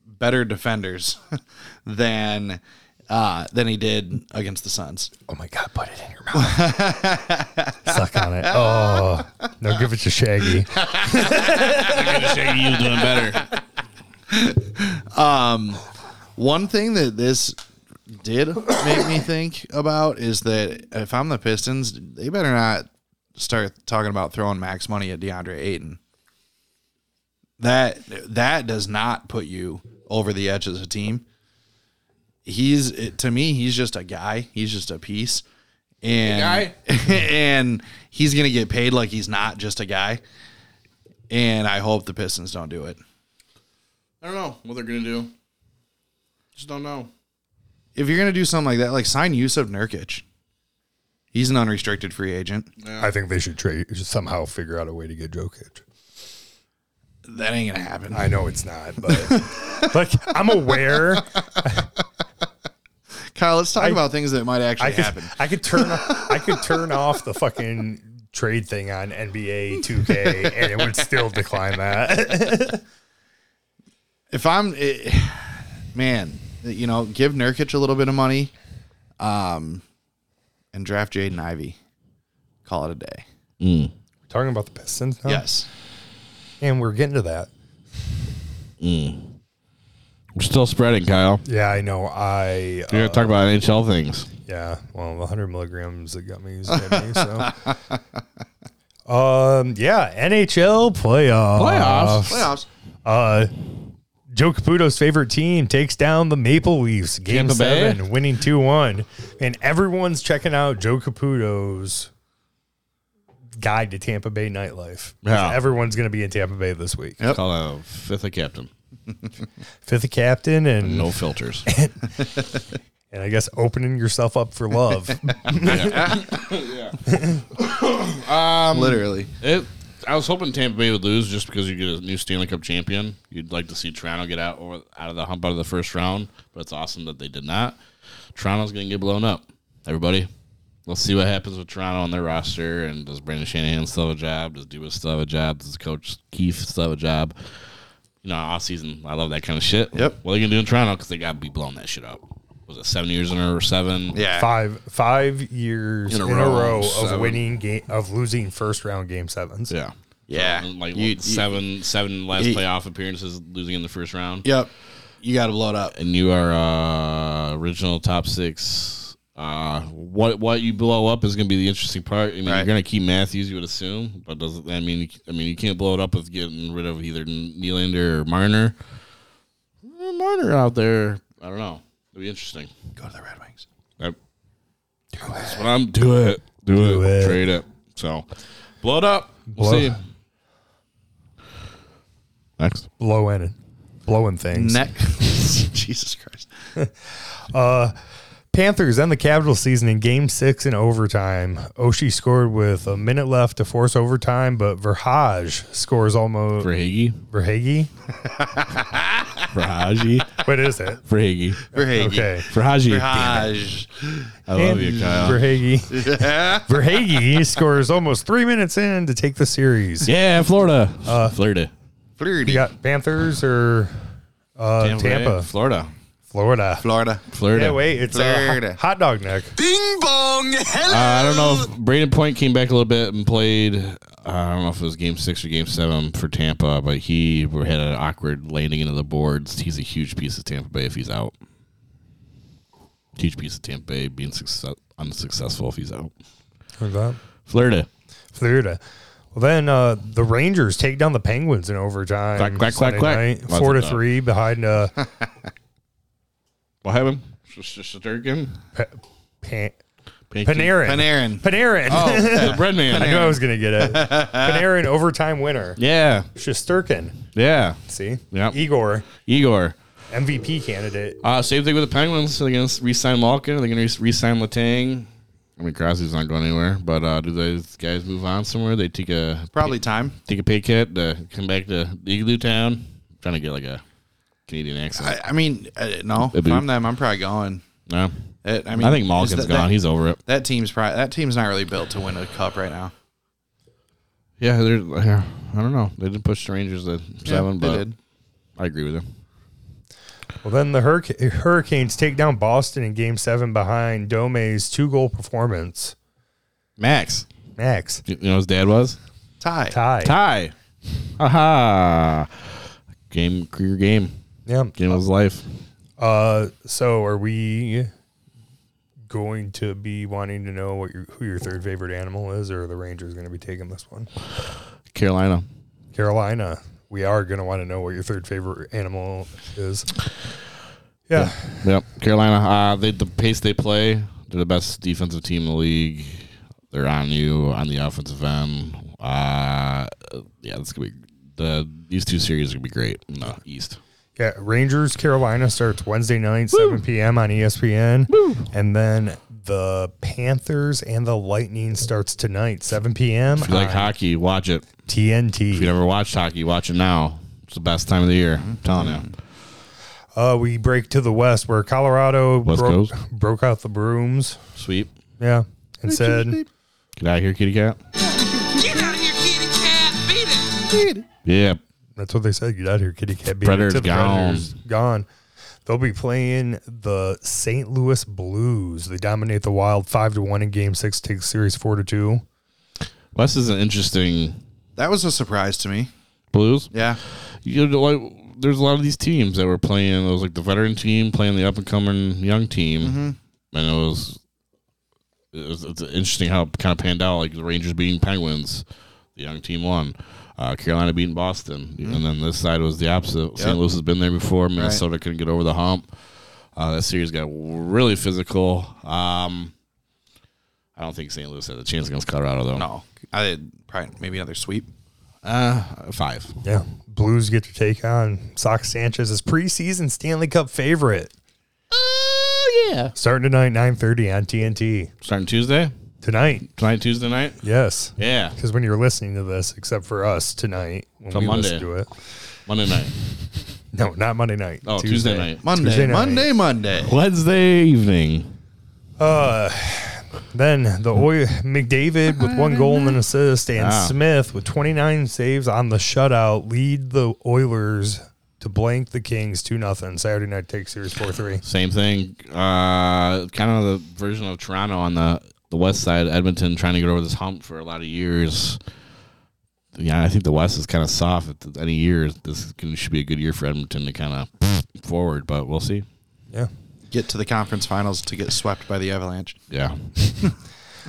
Speaker 4: better defenders than uh, than he did against the Suns.
Speaker 2: Oh my god, put it in your mouth. Suck on it. Oh no, give it to Shaggy.
Speaker 1: Shaggy, you doing better.
Speaker 4: One thing that this did make me think about is that if I'm the Pistons, they better not start talking about throwing max money at DeAndre Ayton. That that does not put you over the edge as a team. He's it- to me, he's just a guy. He's just a piece, and and he's gonna get paid like he's not just a guy. And I hope the Pistons don't do it.
Speaker 1: I don't know what they're gonna do. Just don't know.
Speaker 4: if you're gonna do something like that, like sign Yusuf Nurkic. He's an unrestricted free agent.
Speaker 2: I think they should trade somehow figure out a way to get Jokic.
Speaker 4: That ain't gonna happen.
Speaker 2: I know it's not, but like I'm aware.
Speaker 4: Kyle, let's talk about things that might actually
Speaker 2: I could
Speaker 4: happen.
Speaker 2: I could turn I could turn off the fucking trade thing on NBA 2K and it would still decline that.
Speaker 4: If I'm, eh, man, you know, give Nurkic a little bit of money, um, and draft Jaden Ivey. Call it a day.
Speaker 2: Talking about the Pistons, now?
Speaker 4: Yes.
Speaker 2: and we're getting to that.
Speaker 1: We're still spreading, Kyle.
Speaker 2: Yeah, I know. I uh,
Speaker 1: We're gonna talk about NHL things.
Speaker 2: Yeah, well, 100 milligrams of gummies. Did me, so, um, yeah, NHL playoffs.
Speaker 4: Playoffs.
Speaker 2: Uh, Joe Caputo's favorite team takes down the Maple Leafs, game
Speaker 1: Tampa Bay?
Speaker 2: seven, winning two one, and everyone's checking out Joe Caputo's guide to Tampa Bay nightlife. 'Cause
Speaker 1: Yeah.
Speaker 2: everyone's going to be in Tampa Bay this week.
Speaker 4: Yep.
Speaker 1: Call out a fifth of captain.
Speaker 2: Fifth captain, and
Speaker 1: No filters.
Speaker 2: and I guess opening yourself up for love.
Speaker 1: yeah. um, Uh,
Speaker 4: Literally.
Speaker 1: It, I was hoping Tampa Bay would lose just because you get a new Stanley Cup champion. You'd like to see Toronto get out or out of the hump out of the first round, but it's awesome that they did not. Toronto's going to get blown up. Everybody, let's see what happens with Toronto on their roster. And does Brandon Shanahan still have a job? Does Dubas still have a job? Does Coach Keefe still have a job? You know, off season, I love that kind of shit.
Speaker 4: Yep.
Speaker 1: What are you going to do in Toronto? Because they got to be blowing that shit up. Was it seven years in a row or seven?
Speaker 4: Yeah.
Speaker 2: Five five years in a row, of
Speaker 1: seven.
Speaker 2: winning game of losing first round game sevens.
Speaker 1: Yeah.
Speaker 4: Yeah.
Speaker 1: And, Like
Speaker 4: You- you-
Speaker 1: what, seven, seven last
Speaker 4: you-
Speaker 1: playoff appearances, losing in the first round.
Speaker 4: Yep. You got to blow it up.
Speaker 1: and you are uh, original top six. Uh, what what you blow up is going to be the interesting part. I mean, you're
Speaker 4: Right.
Speaker 1: going to keep Matthews, you would assume, but doesn't that mean? I mean, you can't blow it up with getting rid of either Nylander or Marner. Eh, Marner out there, I don't know. It'll be interesting.
Speaker 4: Go to the Red Wings.
Speaker 1: I, that's what I'm. Do it. Do,
Speaker 2: Do
Speaker 1: it.
Speaker 2: it.
Speaker 1: Trade it. So, blow it up. We'll
Speaker 2: Blow-
Speaker 1: see. Next.
Speaker 2: Blowing blowing things.
Speaker 4: Next. Jesus Christ.
Speaker 2: Panthers end the Capitals season in Game Six in overtime. Oshie scored with a minute left to force overtime, but Verhage scores almost
Speaker 1: Verhage.
Speaker 2: Verhage.
Speaker 1: Verhage.
Speaker 2: What is it?
Speaker 1: Verhage.
Speaker 4: Verhage.
Speaker 2: Okay,
Speaker 1: Verhage.
Speaker 4: Verhage.
Speaker 1: I love you, Kyle.
Speaker 2: Verhage. Verhage scores almost three minutes in to take the series.
Speaker 1: Yeah, Florida. Uh, Florida.
Speaker 4: Flirty.
Speaker 2: You got Panthers or uh, Tampa,
Speaker 1: Florida.
Speaker 2: Florida.
Speaker 4: Florida.
Speaker 1: Florida.
Speaker 2: Yeah, wait, it's a
Speaker 4: Florida.
Speaker 2: hot dog neck.
Speaker 4: Bing bong.
Speaker 1: Uh,
Speaker 4: Hello.
Speaker 1: I don't know if Braden Point came back a little bit and played. uh, I don't know if it was game six or game seven for Tampa, but he had an awkward landing into the boards. He's a huge piece of Tampa Bay if he's out. Huge piece of Tampa Bay being success- unsuccessful if he's out.
Speaker 2: Who's that?
Speaker 1: Florida.
Speaker 2: Florida. Well, then uh, the Rangers take down the Penguins in overtime.
Speaker 1: Quack, quack, quack,
Speaker 2: Sunday
Speaker 1: quack.
Speaker 2: night,
Speaker 1: Lots
Speaker 2: four
Speaker 1: of
Speaker 2: to
Speaker 1: dog.
Speaker 2: three behind uh,
Speaker 1: What happened? Shosturkin?
Speaker 2: Pa- Pan-
Speaker 1: Panky-
Speaker 2: Panarin.
Speaker 4: Panarin.
Speaker 2: Panarin.
Speaker 1: The bread
Speaker 2: I
Speaker 1: man.
Speaker 2: knew I was going to get it. Panarin overtime winner.
Speaker 1: Yeah.
Speaker 2: Shesterkin.
Speaker 1: Yeah.
Speaker 2: See?
Speaker 1: Yep.
Speaker 2: Igor,
Speaker 1: Igor.
Speaker 2: MVP candidate.
Speaker 1: Uh, same thing with the Penguins. They're going to re-sign Malkin. They're going to re-sign Letang. I mean, Crosby's not going anywhere. But uh, do those guys move on somewhere? They take a
Speaker 4: Probably time.
Speaker 1: take a pay cut to come back to Igloo Town. trying to get like a Canadian accent.
Speaker 4: I, I mean, uh, no. If
Speaker 1: Maybe.
Speaker 4: I'm them, I'm probably going.
Speaker 1: no,
Speaker 4: It, I mean,
Speaker 1: I think
Speaker 4: is
Speaker 1: Malkin's
Speaker 4: that-
Speaker 1: gone.
Speaker 4: That,
Speaker 1: He's over it.
Speaker 4: that team's probably that team's not really built to win a cup right now.
Speaker 1: Yeah, they're. Yeah, I don't know. They did push the Rangers to seven,
Speaker 4: they
Speaker 1: but
Speaker 4: did.
Speaker 1: I agree with him.
Speaker 2: Well, then the Hurric- Hurricanes take down Boston in game seven behind Dome's two goal performance.
Speaker 1: Max,
Speaker 2: Max.
Speaker 1: you you know his dad was
Speaker 4: Tie.
Speaker 2: Tie.
Speaker 1: Ty. Aha! Game career game
Speaker 2: Yeah.
Speaker 1: game of his life.
Speaker 2: Uh, so are we going to be wanting to know what your who your third favorite animal is, or are the Rangers going to be taking this one?
Speaker 1: Carolina.
Speaker 2: Carolina, we are going to want to know what your third favorite animal is. Yeah,
Speaker 1: Yep, Carolina. Uh, they the pace they play. They're the best defensive team in the league. They're on you on the offensive end. Uh, yeah, that's gonna be the these two series are gonna be great in the East.
Speaker 2: yeah. Rangers Carolina starts Wednesday night, seven p.m. on E ESPN, and then the Panthers and the Lightning starts tonight, seven p.m.
Speaker 1: If you like
Speaker 2: on
Speaker 1: hockey, watch it. If you
Speaker 2: TNT.
Speaker 1: never watched hockey, watch it now. It's the best time of the year.
Speaker 5: Mm-hmm.
Speaker 1: I'm telling you.
Speaker 2: Uh, we break to the west where Colorado
Speaker 1: West
Speaker 2: broke,
Speaker 1: Coast.
Speaker 2: broke out the brooms.
Speaker 1: Sweep.
Speaker 2: Yeah, and said.
Speaker 1: Get out of here, kitty cat.
Speaker 5: Get out of here, kitty cat! Beat it!
Speaker 1: Yeah.
Speaker 2: That's what they said. Get out of here, kitty cat. Beat it
Speaker 1: Predators
Speaker 2: to the
Speaker 1: gone.
Speaker 2: Gone. They'll be playing the St. Louis Blues. They dominate the Wild five to one in Game Six. Take series four to two.
Speaker 1: Wes is an interesting
Speaker 4: That was a surprise to me.
Speaker 1: blues.
Speaker 4: Yeah.
Speaker 1: you know, like there's a lot of these teams that were playing. It was like the veteran team playing the up and coming young team, and it was, it was it's interesting how it kind of panned out. Like the Rangers beating Penguins, the young team won. Uh, Carolina beating Boston, and then this side was the opposite. St. Louis has been there before. Minnesota couldn't get over the hump. Uh, that series got really physical. Um, I don't think St. Louis had a chance against Colorado though.
Speaker 4: No. I did probably maybe another sweep.
Speaker 1: uh, five.
Speaker 2: Yeah, Blues get to take on Sox Sanchez's preseason Stanley Cup favorite.
Speaker 1: Oh yeah,
Speaker 2: Starting tonight, nine thirty on TNT.
Speaker 1: starting Tuesday.
Speaker 2: tonight.
Speaker 1: Tonight, Tuesday night.
Speaker 2: Yes.
Speaker 1: Yeah,
Speaker 2: Because when you're listening to this, except for us tonight, when
Speaker 1: Till
Speaker 2: we
Speaker 1: Monday.
Speaker 2: listen to it,
Speaker 1: Monday night.
Speaker 2: no, not Monday night.
Speaker 1: Oh, Tuesday night.
Speaker 4: Monday,
Speaker 2: Tuesday night.
Speaker 4: Monday, Monday.
Speaker 1: Wednesday evening.
Speaker 2: Uh, Then the Oil McDavid with one goal and an assist, and
Speaker 1: Ah.
Speaker 2: Smith with 29 saves on the shutout lead the Oilers to blank the Kings two nothing Saturday night take series four three.
Speaker 1: Same thing. Uh, kind of the version of Toronto on the, the west side. Edmonton trying to get over this hump for a lot of years. Yeah, I think the West is kind of soft. If there's any year, this is gonna- should be a good year for Edmonton to kind of forward, but we'll see.
Speaker 2: Yeah.
Speaker 4: Get to the conference finals to get swept by the Avalanche.
Speaker 1: Yeah.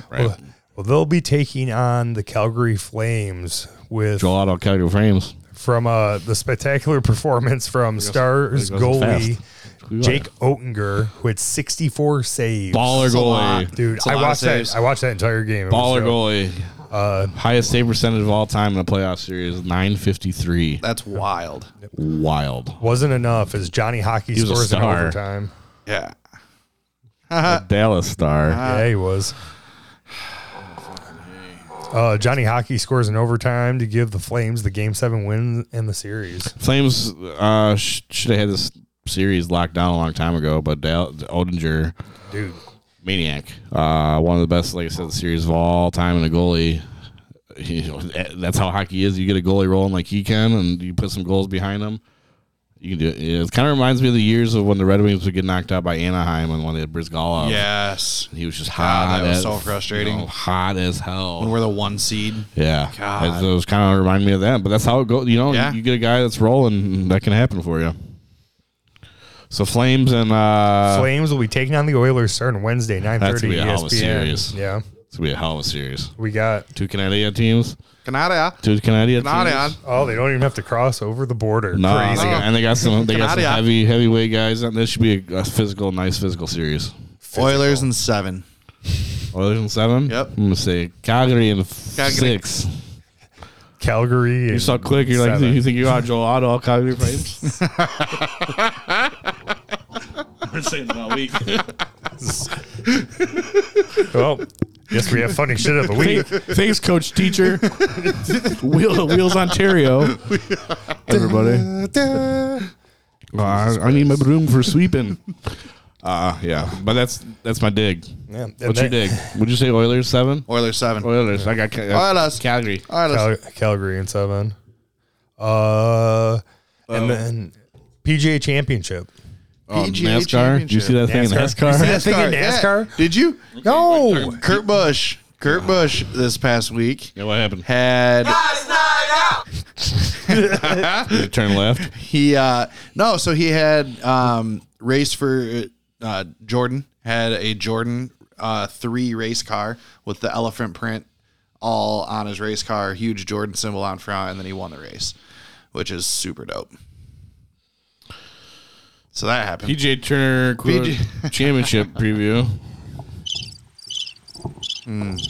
Speaker 1: right.
Speaker 2: Well, well, they'll be taking on the Calgary Flames with
Speaker 1: Joel Otto, Calgary Frames.
Speaker 2: from uh, the spectacular performance from Stars
Speaker 1: there goes the
Speaker 2: goalie
Speaker 1: Who are
Speaker 2: Jake Oettinger, who had 64 saves.
Speaker 1: Baller
Speaker 4: It's a
Speaker 1: goalie.
Speaker 4: lot.
Speaker 2: Dude,
Speaker 4: It's a
Speaker 2: I
Speaker 4: lot of
Speaker 2: watched that.
Speaker 4: saves.
Speaker 2: I watched that entire game. It was
Speaker 1: Baller
Speaker 2: dope. Uh,
Speaker 1: goalie. Highest save percentage of all time in a playoff series, 953.
Speaker 4: That's wild.
Speaker 1: Wild.
Speaker 2: wasn't enough as Johnny Hockey
Speaker 1: was a
Speaker 2: scores in
Speaker 1: star.
Speaker 2: overtime.
Speaker 4: Yeah.
Speaker 1: Dallas star.
Speaker 2: yeah, he was. Uh, Johnny Hockey scores in overtime to give the Flames the Game Seven win in the series.
Speaker 1: Flames uh, sh- should have had this series locked down a long time ago, but Dal- Odinger,
Speaker 2: Dude,
Speaker 1: maniac, uh, one of the best, like I said, series of all time, and a goalie. You know, that- that's how hockey is. You get a goalie rolling like he can, and you put some goals behind him. You can do it. It kind of reminds me of the years of when the Red Wings would get knocked out by Anaheim, and when they had Brizgalov.
Speaker 4: Yes.
Speaker 1: He was just hot.
Speaker 4: God, that was
Speaker 1: as-
Speaker 4: so frustrating.
Speaker 1: you know, hot as
Speaker 4: When
Speaker 1: hell.
Speaker 4: we're the one seed.
Speaker 1: Yeah,
Speaker 4: God.
Speaker 1: That's- It was kind of remind me of that. But that's how it goes. You know,
Speaker 4: Yeah.
Speaker 1: you get a guy that's rolling, that can happen for you. So Flames and uh,
Speaker 2: Flames will be taking on the Oilers starting Wednesday, nine
Speaker 1: That's
Speaker 2: thirty. E
Speaker 1: gonna be a hell of a
Speaker 2: ESPN.
Speaker 1: series.
Speaker 2: Yeah,
Speaker 1: it's gonna be a hell of a series.
Speaker 2: we got.
Speaker 1: Two Canadian teams.
Speaker 4: Canada.
Speaker 1: Two Canadian
Speaker 4: Canada.
Speaker 1: teams.
Speaker 2: Oh, they don't even have to cross over the border.
Speaker 1: No,
Speaker 2: Crazy.
Speaker 1: they got- and they got some. They got some
Speaker 4: Canada.
Speaker 1: heavy, heavyweight guys. And This should be a, a physical, nice physical series.
Speaker 4: Oilers and seven.
Speaker 1: Oilers in seven.
Speaker 4: Yep.
Speaker 1: I'm gonna say Calgary in
Speaker 4: Calgary.
Speaker 1: six.
Speaker 2: Calgary.
Speaker 1: You saw quick. You're like, you think you are Joel Otto, all Calgary frames? We're saying that all week.
Speaker 2: well, yes, we have funny shit of the week.
Speaker 1: Thanks, coach, teacher. Wheel, Wheels Ontario. Everybody. Uh, I, I need my broom for sweeping. Uh, yeah, but that's that's my dig.
Speaker 2: Yeah, and
Speaker 1: What's your
Speaker 2: that-
Speaker 1: dig? Would you say Oilers seven?
Speaker 4: Oilers seven.
Speaker 1: Oilers. I got Ca- uh,
Speaker 4: Oilers.
Speaker 1: Calgary.
Speaker 4: Oilers.
Speaker 2: Cal- Calgary and seven. Uh, and then PGA Championship.
Speaker 1: Oh,
Speaker 4: PGA
Speaker 1: NASCAR. Did you see that thing in
Speaker 2: NASCAR?
Speaker 1: NASCAR?
Speaker 2: You see that thing in
Speaker 4: Yeah.
Speaker 2: NASCAR?
Speaker 4: Did you?
Speaker 2: No,
Speaker 4: Kurt Busch. Kurt Busch this past week
Speaker 1: Yeah, what happened?
Speaker 4: had
Speaker 5: Guys, night out.
Speaker 1: Did it turn left?
Speaker 4: he uh no so he had um race for uh jordan had a jordan uh three race car with the elephant print all on his race car huge jordan symbol on front and then he won the race which is super dope so that happened
Speaker 1: PJ Turner Quote
Speaker 4: PJ.
Speaker 1: Championship preview.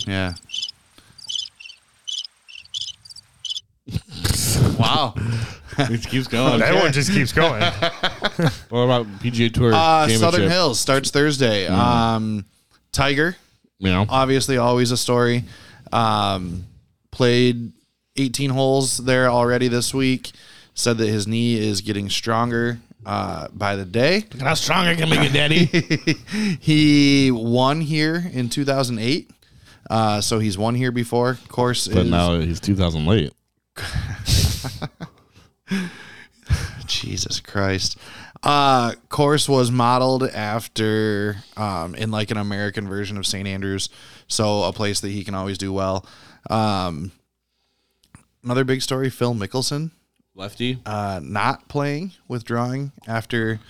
Speaker 4: yeah wow
Speaker 1: It keeps going.
Speaker 2: that one just keeps going.
Speaker 1: What about PGA Tour championship?
Speaker 4: uh
Speaker 1: Mm-hmm.
Speaker 4: southern hills starts thursday um tiger
Speaker 1: You know,
Speaker 4: obviously always a story. Um, played 18 holes there already this week. Said that his knee is getting stronger uh, by the day.
Speaker 1: how strong I can make it, Daddy.
Speaker 4: he won here in 2008. Uh, so he's won here before. Course
Speaker 1: but
Speaker 4: is
Speaker 1: now he's 2,000 late.
Speaker 4: Jesus Christ. Uh, course was modeled after, um, in like an American version of St. Andrews. So a place that he can always do well. Um, another big story, Phil Mickelson,
Speaker 1: Lefty.
Speaker 4: uh, not playing, withdrawing after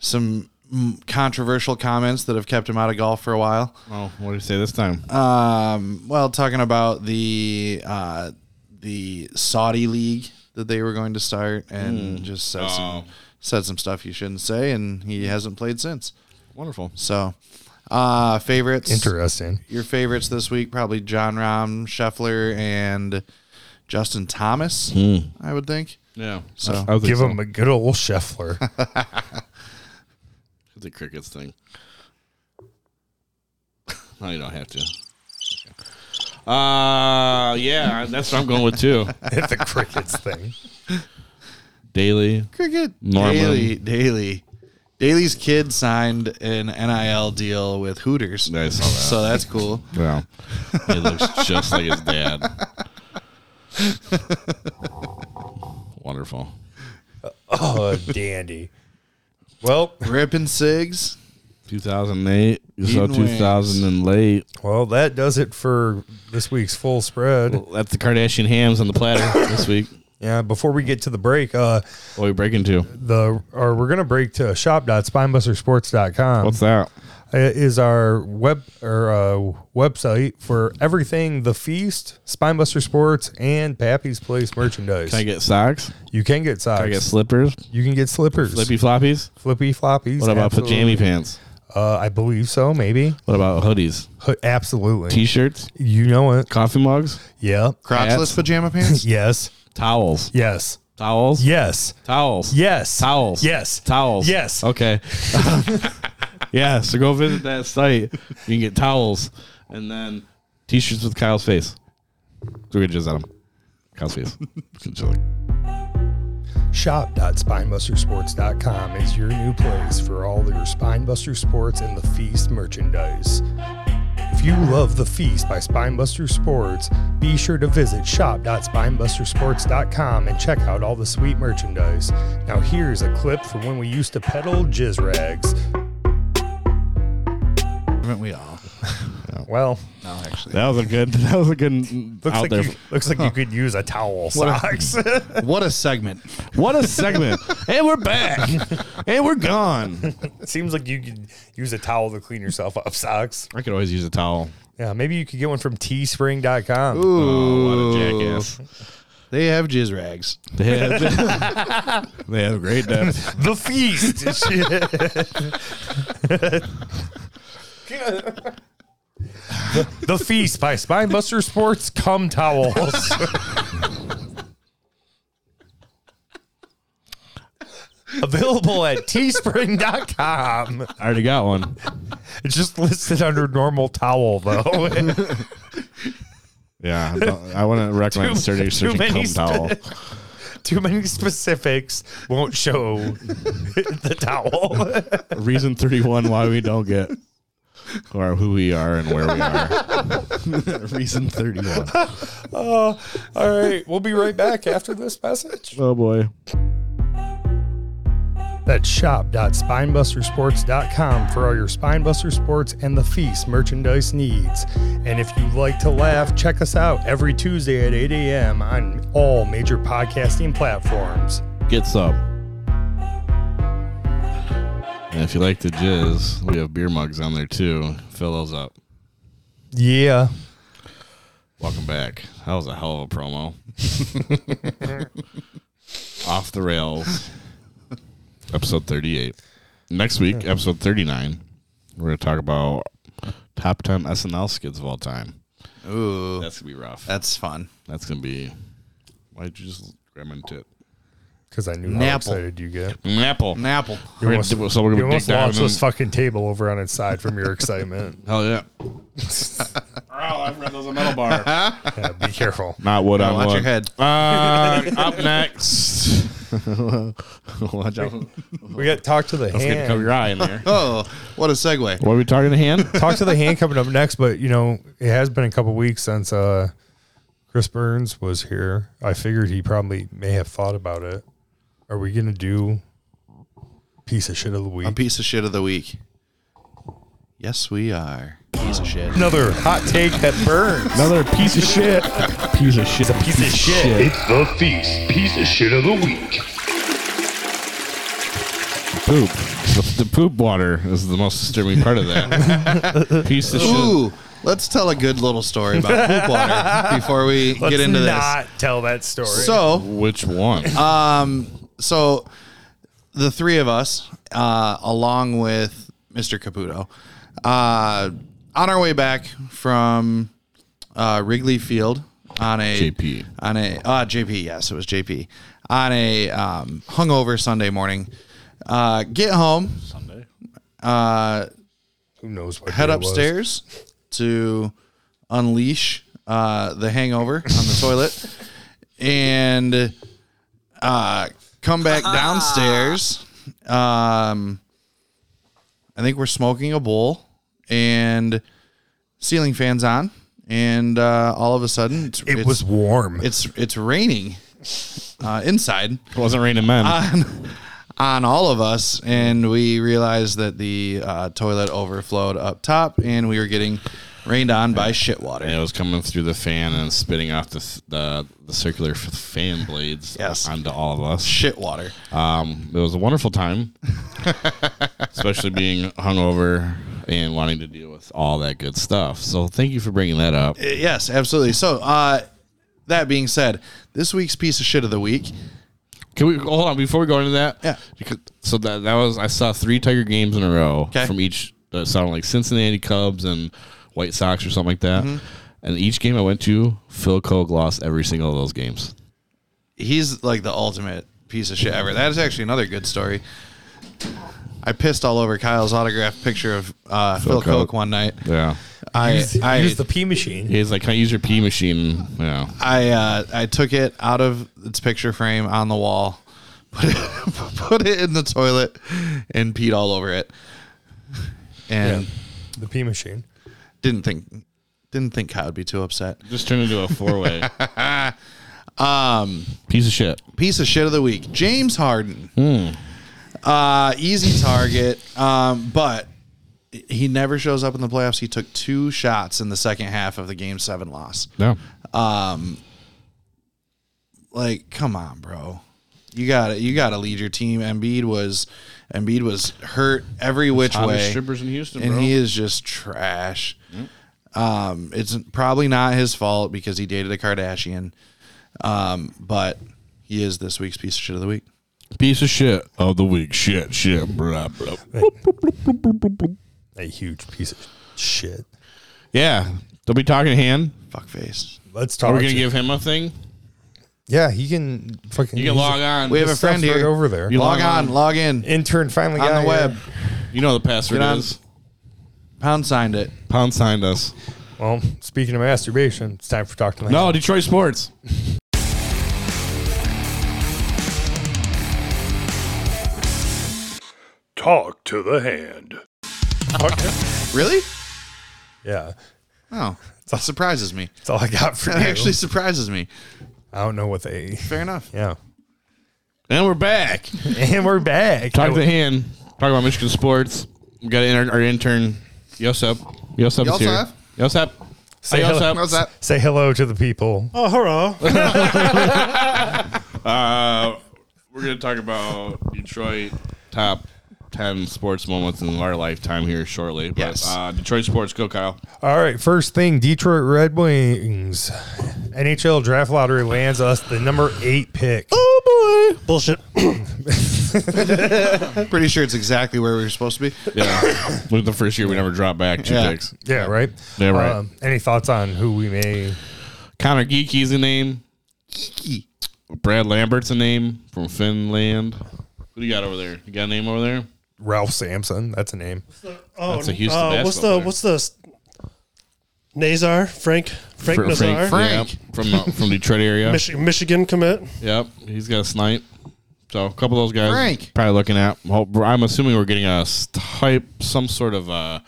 Speaker 4: some mm, controversial comments that have kept him out of golf for a while.
Speaker 1: Oh, what do you say this time?
Speaker 4: Um, well, talking about the, uh, the Saudi league that they were going to start and just said
Speaker 1: Oh.
Speaker 4: some, said some stuff you shouldn't say. And he hasn't played since.
Speaker 1: Wonderful.
Speaker 4: So, uh, favorites,
Speaker 2: Interesting.
Speaker 4: your favorites this week, probably John Rahm, Scheffler and Justin Thomas,
Speaker 1: Hmm. Mm.
Speaker 4: I would think.
Speaker 1: Yeah.
Speaker 4: So-
Speaker 1: I would
Speaker 2: Give
Speaker 1: think
Speaker 2: him a good old Scheffler.
Speaker 1: so. the crickets thing. No, you don't have to. Uh, yeah, that's what I'm going with too.
Speaker 2: the crickets thing.
Speaker 1: Daily.
Speaker 4: Cricket.
Speaker 1: Norman.
Speaker 4: Daily. Daily. Daly's kid signed an NIL deal with Hooters.
Speaker 1: I saw that.
Speaker 4: So that's cool.
Speaker 1: Wow. He looks just like his dad. Wonderful.
Speaker 2: Oh, dandy. Well,
Speaker 4: Ripping cigs.
Speaker 1: 2008. So
Speaker 4: Eating wings.
Speaker 1: 2000 and late.
Speaker 2: well, that does it for this week's full spread.
Speaker 1: That's the Kardashian hams on the platter this week.
Speaker 2: Yeah, before we get to the break, uh,
Speaker 1: What are we breaking to?
Speaker 2: the or we're gonna break to shop.spinebustersports.com.
Speaker 1: What's that?
Speaker 2: It is our web or uh, website for everything the feast, Spinebuster Sports, and Pappy's Place merchandise.
Speaker 1: Can I get socks?
Speaker 2: you can get socks.
Speaker 1: Can I get slippers?
Speaker 2: you can get slippers,
Speaker 1: Flippy floppies?
Speaker 2: flippy floppies.
Speaker 1: What about
Speaker 2: absolutely.
Speaker 1: pajama pants?
Speaker 2: Uh, I believe so. Maybe.
Speaker 1: What about hoodies?
Speaker 2: H- Absolutely.
Speaker 1: T-shirts?
Speaker 2: you know it.
Speaker 1: Coffee mugs?
Speaker 2: Yeah.
Speaker 1: Hats.
Speaker 4: Crotchless pajama pants.
Speaker 2: Yes.
Speaker 1: Towels?
Speaker 2: Yes.
Speaker 1: Towels?
Speaker 2: Yes.
Speaker 1: Towels?
Speaker 2: Yes.
Speaker 1: Towels.
Speaker 2: Yes.
Speaker 1: Towels.
Speaker 2: Yes.
Speaker 1: Okay. yeah. So go visit that site. You can get towels and then t-shirts with Kyle's face. Go get jizz at him. Kyle's face. Just like-
Speaker 2: Shop.spinebustersports.com is your new place for all your Spinebuster Sports and the Feast merchandise. If you love The Feast by Spinebuster Sports, be sure to visit shop.spinebustersports.com and check out all the sweet merchandise. Now, here's a clip from when we used to peddle jizz rags.
Speaker 4: Haven't we all?
Speaker 2: Well,
Speaker 4: No, actually.
Speaker 1: that was a good. That was a good.
Speaker 2: looks
Speaker 1: out
Speaker 2: like
Speaker 1: there.
Speaker 2: you, looks like you could use a towel socks.
Speaker 4: What a segment.
Speaker 1: What a segment! and we're back. and we're gone.
Speaker 2: Seems like you could use a towel to clean yourself up socks.
Speaker 1: I could always use a towel.
Speaker 2: Yeah, maybe you could get one from teespring.com.
Speaker 1: Oh, what a
Speaker 4: Ooh.
Speaker 1: jackass!
Speaker 4: Uh, They have jizz rags.
Speaker 1: They have, they have great depth.
Speaker 2: The feast. the feast by Spinebuster Sports cum towels. Available at teespring.com.
Speaker 1: I already got one.
Speaker 2: It's just listed under normal towel, though.
Speaker 1: Yeah, I don't- I want to recommend
Speaker 2: Too-
Speaker 1: searching
Speaker 2: too
Speaker 1: searching
Speaker 2: many
Speaker 1: cum towel.
Speaker 2: Too many specifics won't show the towel.
Speaker 1: reason 31 why we don't get or who we are and where we are. reason 31.
Speaker 2: Uh, All right, we'll be right back after this message.
Speaker 1: Oh boy.
Speaker 2: That's shop.spinebustersports.com for all your Spinebuster Sports and the Feast merchandise needs. And if you like to laugh, check us out every Tuesday at 8 a.m. on all major podcasting platforms.
Speaker 1: Get some. And if you like to jizz, we have beer mugs on there too. Fill those up.
Speaker 2: Yeah.
Speaker 1: Welcome back. That was a hell of a promo. Off the rails. Episode 38. Next week, episode 39, we're going to talk about top 10 SNL skits of all time.
Speaker 4: Ooh.
Speaker 1: That's going to be rough.
Speaker 4: That's fun.
Speaker 1: That's gonna be. Why'd you just grab my tit?
Speaker 2: Because I knew how
Speaker 4: Napple.
Speaker 2: excited you get.
Speaker 1: Apple.
Speaker 4: An apple.
Speaker 1: We're gonna do- so we're
Speaker 2: You
Speaker 1: gonna dig
Speaker 2: almost
Speaker 1: down.
Speaker 2: launched
Speaker 1: And,
Speaker 2: this fucking table over on its side from your excitement.
Speaker 1: hell yeah! oh, I've read those on metal bar.
Speaker 2: Yeah, be careful.
Speaker 1: Not wood on
Speaker 4: watch
Speaker 1: wood.
Speaker 4: your head.
Speaker 1: Uh, up next. watch out!
Speaker 2: We got talk to the
Speaker 1: It's gonna cover
Speaker 2: hand.
Speaker 1: your eye in there.
Speaker 4: Oh, what a segue.
Speaker 1: What are we talking to hand?
Speaker 2: talk to the hand coming up next, but you know, it has been a couple weeks since uh Chris Burns was here. I figured he probably may have thought about it. Are we gonna do piece of shit of the week?
Speaker 4: A piece of shit of the week. Yes, we are. Piece of shit.
Speaker 2: Another hot take that burns.
Speaker 1: Another piece of shit. piece of shit.
Speaker 2: piece of shit.
Speaker 6: It's the feast piece of shit of the week.
Speaker 1: Poop. The, the poop water is the most disturbing part of that. piece of shit.
Speaker 4: Ooh, let's tell a good little story about poop water before we
Speaker 2: Let's
Speaker 4: get into
Speaker 2: not tell that story.
Speaker 4: this. So,
Speaker 1: Which one?
Speaker 4: Uh, so the three of us, uh, along with Mr. Caputo, uh, on our way back from uh, Wrigley Field on a
Speaker 1: JP.
Speaker 4: on a uh, JP. Yes, it was JP on a um, hungover Sunday morning. Uh, get home,
Speaker 2: Who knows what
Speaker 4: head
Speaker 2: day it was.
Speaker 4: upstairs to unleash uh, The Hangover on the toilet, and uh, come back downstairs. Um, I think we're smoking a bowl and ceiling fans on, and uh, all of a sudden it's,
Speaker 2: It
Speaker 4: it's-
Speaker 2: was warm.
Speaker 4: it's it's raining uh, inside
Speaker 1: It wasn't raining men.
Speaker 4: uh, on all of us, and we realized that the uh, toilet overflowed up top, and we were getting rained on by shit water.
Speaker 1: and it was coming through the fan and spitting off the s- the, the circular f- fan blades
Speaker 4: Yes.
Speaker 1: onto all of us.
Speaker 4: Shit water.
Speaker 1: Um, it was a wonderful time, especially being hungover and wanting to deal with all that good stuff. So thank you for bringing that up.
Speaker 4: Uh, yes, absolutely. So, uh, that being said, this week's piece of shit of the week.
Speaker 1: Can we hold on before we go into that?
Speaker 4: Yeah.
Speaker 1: Because, so that that was I saw three Tiger games in a row
Speaker 4: 'Kay.
Speaker 1: from each that sounded like Cincinnati Cubs and White Sox or something like that. And each game I went to, Phil Koch lost every single of those games.
Speaker 4: He's like the ultimate piece of shit ever. That is actually another good story. I pissed all over Kyle's autographed picture of uh, Phil,
Speaker 1: Phil Koch.
Speaker 4: Koch one night.
Speaker 1: Yeah.
Speaker 4: I
Speaker 2: Use-
Speaker 4: I
Speaker 2: use the pee machine.
Speaker 1: He's like, can I use your pee machine? Yeah.
Speaker 4: I uh, I took it out of its picture frame on the wall, put it, put it in the toilet, and peed all over it, and
Speaker 2: The pee machine.
Speaker 4: didn't think didn't think Kyle would be too upset.
Speaker 1: Just turned into a four way
Speaker 4: Um,
Speaker 1: piece of shit.
Speaker 4: piece of shit of the week, James Harden, uh, easy target, um, but he never shows up in the playoffs. He took two shots in the second half of the game seven loss.
Speaker 1: Yeah.
Speaker 4: like come on bro you gotta you gotta lead your team Embiid was Embiid was hurt every which way
Speaker 1: in Houston,
Speaker 4: and he is just trash
Speaker 2: Mm.
Speaker 4: um it's probably not his fault because he dated a Kardashian um but he is this week's piece of shit of the week
Speaker 1: piece of shit of the week. Shit, shit, blah, blah.
Speaker 2: A huge piece of shit.
Speaker 1: Yeah. They'll be talking hand.
Speaker 4: fuck face
Speaker 2: Let's
Speaker 1: Are
Speaker 2: talk.
Speaker 1: we going
Speaker 2: to-
Speaker 1: to give him a thing?
Speaker 2: yeah, he can fucking.
Speaker 1: You can
Speaker 2: he's-
Speaker 1: log on.
Speaker 4: we have a
Speaker 2: his
Speaker 4: friend
Speaker 2: stuff's
Speaker 4: here
Speaker 2: right over there.
Speaker 1: You
Speaker 4: log
Speaker 1: log
Speaker 4: on
Speaker 1: on.
Speaker 4: log in
Speaker 2: Intern finally
Speaker 4: on
Speaker 2: got
Speaker 4: the
Speaker 2: here.
Speaker 4: web
Speaker 1: You know the password
Speaker 4: Get on.
Speaker 1: is
Speaker 4: pound signed it
Speaker 1: pound signed us.
Speaker 2: Well, speaking of masturbation, it's time for talk to my.
Speaker 1: No, Detroit sports.
Speaker 6: Talk to the hand.
Speaker 4: really
Speaker 2: Yeah,
Speaker 4: oh that surprises me
Speaker 2: that's all I got for you.
Speaker 4: that actually surprises me
Speaker 2: I don't know what they.
Speaker 4: fair enough
Speaker 2: Yeah,
Speaker 1: And we're back.
Speaker 2: and we're back.
Speaker 1: Talk to hand. Talk about Michigan sports. We got inter- our intern, Yosep. Yosep is here. Yosep.
Speaker 4: Yosef?
Speaker 2: Say
Speaker 1: Hey,
Speaker 2: hello.
Speaker 4: how's that
Speaker 2: Say hello to the people. Oh, hello.
Speaker 1: Uh, we're going to talk about Detroit top 10 sports moments in our lifetime here shortly. But,
Speaker 4: Yes.
Speaker 1: Uh, Detroit sports. Go, Kyle.
Speaker 2: All right, first thing, Detroit Red Wings. NHL draft lottery lands us the number eight pick. Oh boy. Bullshit.
Speaker 4: pretty sure it's exactly where we were supposed to be
Speaker 1: Yeah. Look, the first year we never dropped back two
Speaker 4: Yeah.
Speaker 1: picks.
Speaker 2: Yeah, right? Um,
Speaker 1: Yeah, right.
Speaker 2: any thoughts on who we may
Speaker 1: Connor Geeky's a name. Geeky. Brad Lambert's a name from Finland. Who do you got over there? You got a name over there?
Speaker 2: Ralph Sampson? That's a name.
Speaker 7: Oh,
Speaker 1: That's a Houston
Speaker 7: what's
Speaker 1: basketball
Speaker 7: the
Speaker 1: player.
Speaker 7: what's the Nazar Frank Frank
Speaker 1: Fr-
Speaker 7: Nazar
Speaker 1: Frank. Yep, from uh, from Detroit area.
Speaker 7: Michi- Michigan commit.
Speaker 1: Yep, he's got a snipe. So a couple of those guys
Speaker 4: Frank.
Speaker 1: probably looking at. Well, I'm assuming we're getting a type, some sort of uh,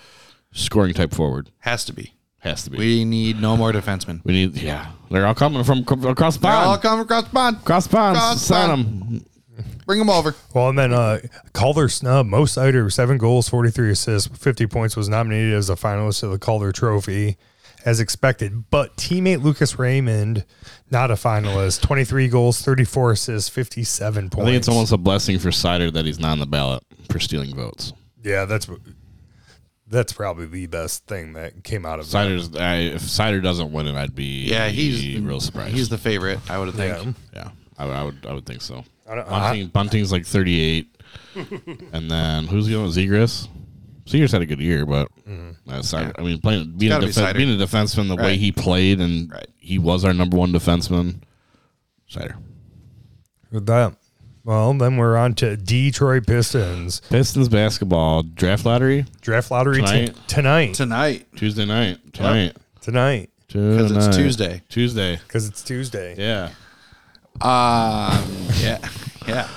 Speaker 1: scoring type forward.
Speaker 4: has to be
Speaker 1: Has to be. We,
Speaker 4: We need no more defensemen.
Speaker 1: need. Yeah, they're all coming from co- across the
Speaker 4: They're all
Speaker 1: pond.
Speaker 4: come across the pond.
Speaker 1: across the pond.
Speaker 4: across the
Speaker 1: Sign
Speaker 4: pond.
Speaker 1: them.
Speaker 4: Bring them over.
Speaker 2: Well, and then uh, Calder snub. Mo Sider, seven goals, 43 assists, 50 points, was nominated as a finalist of the Calder Trophy as expected. But teammate Lucas Raymond, not a finalist, 23 goals, 34 assists, 57 points.
Speaker 1: I think it's almost a blessing for Sider that he's not on the ballot for stealing votes.
Speaker 2: Yeah, that's that's probably the best thing that came out of that.
Speaker 1: Sider's. I, if Sider doesn't win it, I'd be
Speaker 4: Yeah, he's
Speaker 1: real surprised.
Speaker 4: He's the favorite, I would think.
Speaker 2: Yeah.
Speaker 1: yeah, I, would- I would. I would think so.
Speaker 2: I don't-
Speaker 1: Bunting, Bunting's like 38, and then who's going with Zegras? Zegras had a good year, but
Speaker 2: Mm-hmm.
Speaker 1: uh, Sider, I mean, playing being a,
Speaker 4: gotta be
Speaker 1: defen-
Speaker 4: Sider.
Speaker 1: being a defenseman the way
Speaker 4: Right.
Speaker 1: he played, and
Speaker 4: Right.
Speaker 1: he was our number one defenseman. Sider,
Speaker 2: With that. Well, then we're on to Detroit Pistons
Speaker 1: Pistons basketball draft lottery
Speaker 2: draft lottery t-
Speaker 1: Tonight.
Speaker 2: tonight.
Speaker 4: Tonight.
Speaker 1: Tuesday night tonight.
Speaker 2: Tonight.
Speaker 1: Because
Speaker 4: it's Tuesday.
Speaker 1: Tuesday.
Speaker 2: because it's Tuesday.
Speaker 1: Yeah.
Speaker 4: Um, yeah, yeah.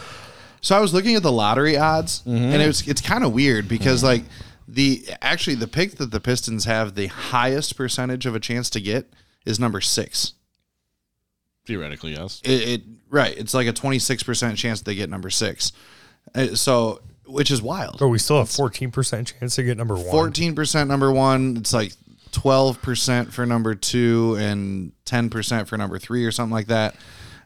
Speaker 4: So I was looking at the lottery odds,
Speaker 1: Mm-hmm.
Speaker 4: and it was it's kind of weird because like the actually the pick that the Pistons have the highest percentage of a chance to get is number six.
Speaker 1: Theoretically, yes.
Speaker 4: It, it right, it's like a twenty six percent chance they get number six. Uh, So which is wild.
Speaker 2: But Oh, we still have fourteen percent chance to get number one.
Speaker 4: Fourteen percent number one. It's like twelve percent for number two and ten percent for number three or something like that.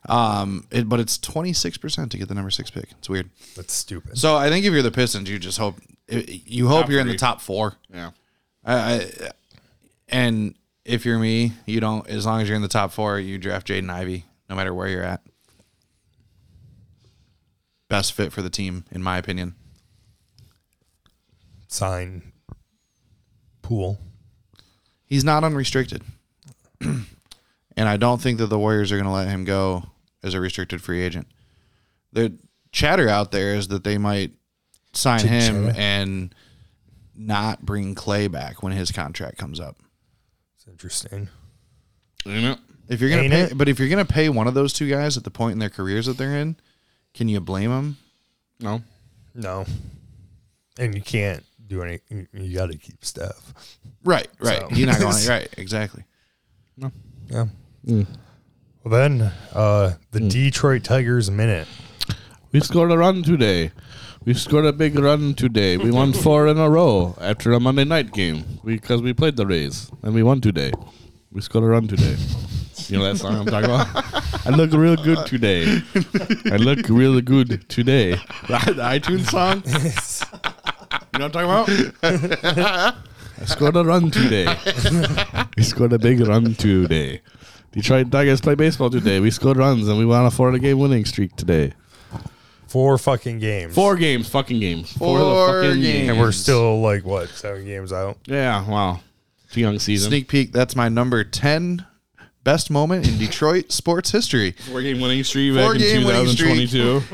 Speaker 4: Um, it, but it's twenty six percent to get the number six pick. It's weird.
Speaker 2: That's stupid.
Speaker 4: So I think if you're the Pistons, you just hope you hope you're in the top four.
Speaker 1: Yeah.
Speaker 4: And if you're me, you don't. As long as you're in the top four, you draft Jaden Ivey, no matter where you're at. Best fit for the team, in my opinion.
Speaker 2: Sign pool.
Speaker 4: He's not unrestricted, and I don't think that the Warriors are going to let him go as a restricted free agent. The chatter out there is that they might sign him and not bring Clay back when his contract comes up.
Speaker 2: It's interesting.
Speaker 1: You know?
Speaker 4: If you're gonna
Speaker 2: Ain't
Speaker 4: pay,
Speaker 2: it?
Speaker 4: but if you're gonna pay one of those two guys at the point in their careers that they're in, can you blame them?
Speaker 1: No.
Speaker 2: No, and you can't do any. you- You got to keep Steph.
Speaker 4: Right, right.
Speaker 2: So-
Speaker 4: You're not going right, exactly.
Speaker 2: Yeah. Well, then uh, the Detroit Tigers minute.
Speaker 1: We scored a run today. We scored a big run today. We won four in a row after a Monday night game because we played the Rays and we won today. We scored a run today. You know that song I'm talking about? I look real good today. I look real good today. The, the iTunes song? You know what I'm talking about? I scored a run today. We scored a big run today. Detroit Tigers play baseball today. We scored runs and we won a four game winning streak today.
Speaker 2: Four fucking games.
Speaker 1: Four games, fucking games. Four,
Speaker 4: Four games.
Speaker 2: And we're still like what seven games out.
Speaker 1: yeah, wow. It's a young season.
Speaker 4: Sneak peek. That's my number ten best moment in Detroit sports history.
Speaker 1: four game winning streak
Speaker 4: Four game winning streak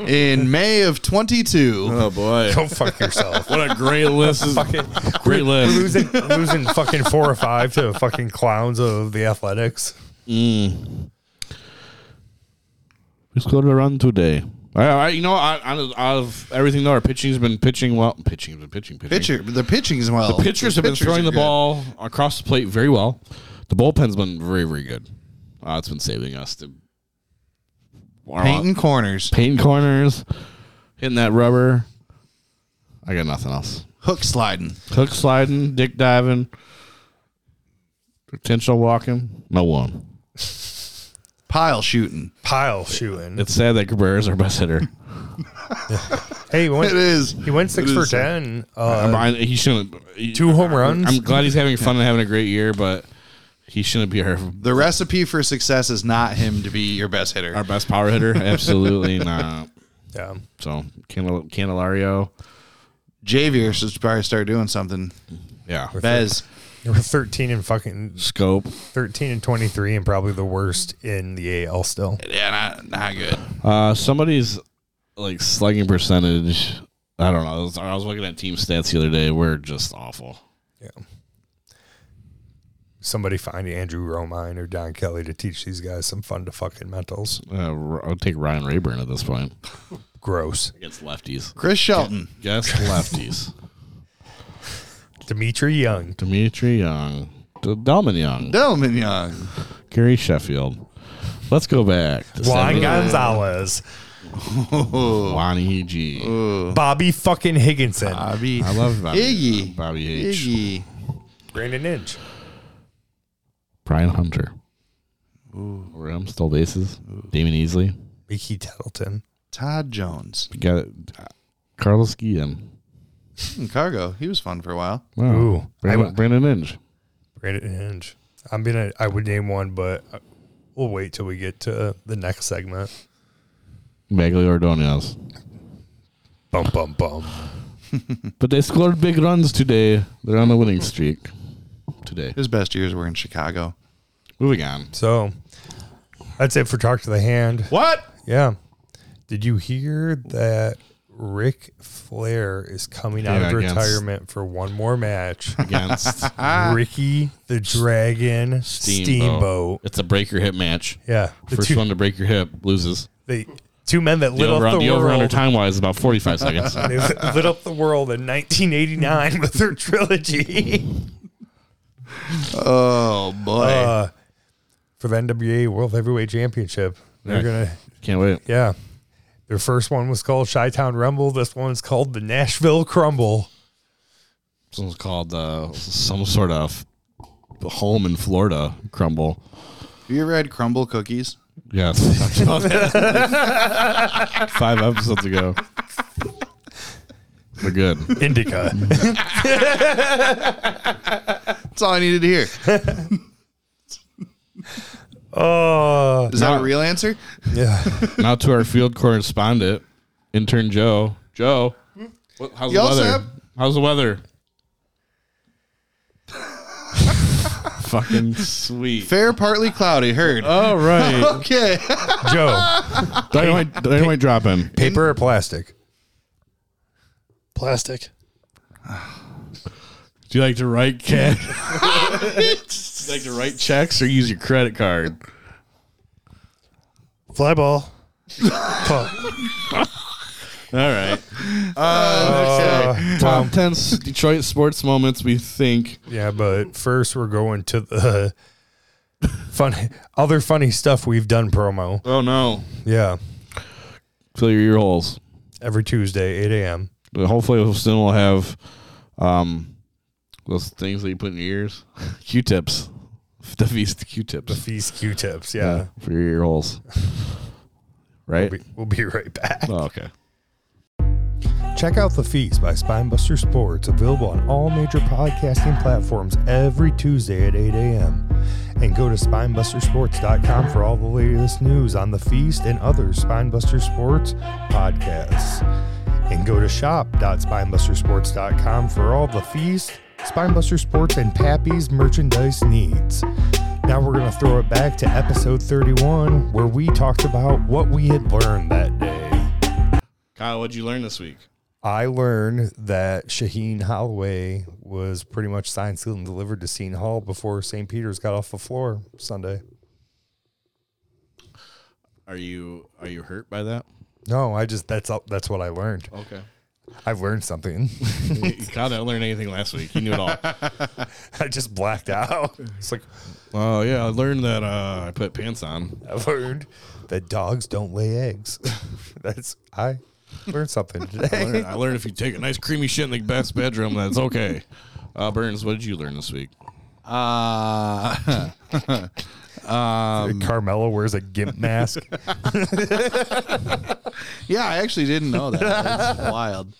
Speaker 4: in May of 22.
Speaker 1: Oh boy.
Speaker 2: Go fuck yourself.
Speaker 1: What a great list. This is- great list.
Speaker 2: losing, losing fucking four or five to fucking clowns of the Athletics.
Speaker 1: We scored a run today. All right, all right, you know, out out of everything though, our pitching's been pitching well. Pitching's been pitching, pitching.
Speaker 4: Pitcher, the pitching as well.
Speaker 1: The pitchers have been
Speaker 4: pitchers
Speaker 1: throwing
Speaker 4: are
Speaker 1: the
Speaker 4: good.
Speaker 1: ball across the plate very well. The bullpen's been very, very good. Uh, it's been saving us. To
Speaker 4: Painting corners,
Speaker 1: painting corners, hitting that rubber. I got nothing else.
Speaker 4: hook sliding.
Speaker 1: Hook sliding, dick diving, potential walking. No one.
Speaker 4: Pile shooting.
Speaker 2: Pile shooting.
Speaker 1: It's sad that Cabrera is our best hitter.
Speaker 2: Hey, he
Speaker 4: It
Speaker 2: went,
Speaker 4: is.
Speaker 2: he went six for ten.
Speaker 1: I'm-
Speaker 2: Uh,
Speaker 1: I- he shouldn't. he-
Speaker 2: two home runs.
Speaker 1: I'm glad he's having fun and having a great year, but he shouldn't be our
Speaker 4: The recipe for success is not him to be your best hitter.
Speaker 1: our best power hitter. Absolutely not.
Speaker 2: yeah.
Speaker 1: So Candel- Candelario,
Speaker 4: Javier should probably start doing something.
Speaker 1: yeah,
Speaker 4: Bez.
Speaker 2: They were thirteen and fucking
Speaker 1: scope.
Speaker 2: thirteen and twenty three, and probably the worst in the AL still.
Speaker 4: Yeah, not, not good.
Speaker 1: Uh, somebody's like slugging percentage. I don't know. I was, I was looking at team stats the other day. We're just awful.
Speaker 2: Somebody find Andrew Romine or Don Kelly to teach these guys some fun to fucking mentals.
Speaker 1: Uh, R- I'll take Ryan Rayburn at this point
Speaker 2: Gross.
Speaker 1: against lefties.
Speaker 4: Chris Shelton.
Speaker 1: Guess lefties.
Speaker 2: Dimitri Young.
Speaker 1: Dimitri Young, D- Delman Young,
Speaker 4: Delman Young.
Speaker 1: Gary Sheffield. Let's go back. to
Speaker 2: Juan
Speaker 1: 70.
Speaker 2: Gonzalez.
Speaker 1: Lonnie G.
Speaker 2: Bobby fucking Higginson.
Speaker 4: Bobby.
Speaker 1: I love Bobby.
Speaker 4: Iggy.
Speaker 1: Bobby H.
Speaker 4: Iggy.
Speaker 2: Brandon Inge.
Speaker 1: Brian Hunter. Rim, stole bases. Damon Easley.
Speaker 2: Mickey Tettleton.
Speaker 4: Todd Jones.
Speaker 1: We got it. Carlos Guillem.
Speaker 4: Hmm, Cargo. He was fun for a while.
Speaker 1: Wow.
Speaker 2: Ooh.
Speaker 1: Brandon, Brandon Inge.
Speaker 2: Brandon Hinge. I'm gonna. I would name one, but uh, we'll wait till we get to the next segment.
Speaker 1: Bagley Ordonez.
Speaker 2: Bum bum bum.
Speaker 1: But they scored big runs today. They're on a winning streak today.
Speaker 4: His best years were in Chicago.
Speaker 1: Moving on.
Speaker 2: So that's it for talk to the hand.
Speaker 4: What?
Speaker 2: Yeah. Did you hear that Rick Flair is coming out
Speaker 1: Yeah,
Speaker 2: of
Speaker 1: against-
Speaker 2: retirement for one more match.
Speaker 1: against
Speaker 2: Ricky the Dragon
Speaker 1: Steamboat.
Speaker 2: Steamboat.
Speaker 1: It's a break your hip match.
Speaker 2: Yeah, the
Speaker 1: First
Speaker 2: two,
Speaker 1: one to break your hip loses.
Speaker 2: the two men that
Speaker 1: The
Speaker 2: lit
Speaker 1: over,
Speaker 2: up the,
Speaker 1: the over under
Speaker 2: world.
Speaker 1: time wise is about 45 seconds.
Speaker 2: They lit up the world in 1989 with their trilogy.
Speaker 4: Oh boy.
Speaker 2: Uh, for the NWA World Heavyweight Championship, they're
Speaker 1: Yeah.
Speaker 2: gonna
Speaker 1: Can't wait.
Speaker 2: yeah. Their first one was called Chi Town Rumble. This one's called the Nashville Crumble.
Speaker 1: This one's called uh, some sort of home in Florida crumble.
Speaker 4: Have you ever had crumble cookies?
Speaker 1: Yes. we talked about that, like, five episodes ago. They're good.
Speaker 2: Indica.
Speaker 4: That's all I needed to hear.
Speaker 2: oh
Speaker 4: Is that a real answer?
Speaker 2: yeah.
Speaker 1: Now to our field correspondent, intern Joe. Joe, what, how's
Speaker 4: Yo,
Speaker 1: the weather?
Speaker 4: Seb.
Speaker 1: How's the weather? Fucking sweet.
Speaker 4: Fair, partly cloudy. Heard.
Speaker 1: All right.
Speaker 4: Okay.
Speaker 2: Joe,
Speaker 1: dynamite, dynamite dropping.
Speaker 2: paper or plastic?
Speaker 7: Plastic.
Speaker 1: Do you like to write cash? Do you like to write checks or use your credit card?
Speaker 7: Fly ball.
Speaker 1: All right.
Speaker 2: Uh,
Speaker 1: Top 10 s- Detroit sports moments we think.
Speaker 2: Yeah, but first we're going to the funny other funny stuff we've done promo.
Speaker 1: Oh, no.
Speaker 2: Yeah,
Speaker 1: Fill your ear holes.
Speaker 2: every Tuesday, eight a.m.
Speaker 1: But hopefully, we'll still will have um, those things that you put in your ears Q tips. The feast Q tips.
Speaker 2: Feast Q-tips. Yeah,
Speaker 1: For your ear holes. Right?
Speaker 2: We'll, be, we'll be right back.
Speaker 1: Oh, okay.
Speaker 2: Check out the Feast by Spinebuster Sports, available on all major podcasting platforms every Tuesday at eight a.m. And go to spinebustersports.com for all the latest news on the Feast and other Spinebuster Sports podcasts. and go to shop.spinebustersports.com for all the feast, Spinebuster Sports, and Pappy's merchandise needs. Now we're going to throw it back to episode 31, where we talked about what we had learned that day.
Speaker 1: Kyle, what'd you learn this week?
Speaker 2: I learned that Shaheen Holloway was pretty much signed, sealed, and delivered to Seton Hall before St. Peter's got off the floor Sunday.
Speaker 1: Are you are you hurt by that?
Speaker 2: No, I just that's all, that's what I learned.
Speaker 1: Okay.
Speaker 2: I've learned something.
Speaker 1: Kyle didn't learn anything last week. He knew it all.
Speaker 2: I just blacked out. It's like
Speaker 1: Oh yeah, I learned that uh, I put pants on.
Speaker 2: I've learned that dogs don't lay eggs. That's I learned something
Speaker 1: I learned,
Speaker 2: today.
Speaker 1: I learned if you take a nice creamy shit in the best bedroom, that's okay. Uh, Burns, what did you learn this week?
Speaker 4: Uh, Um,
Speaker 2: Carmelo wears a gimp mask.
Speaker 4: yeah, I actually didn't know that. That's wild.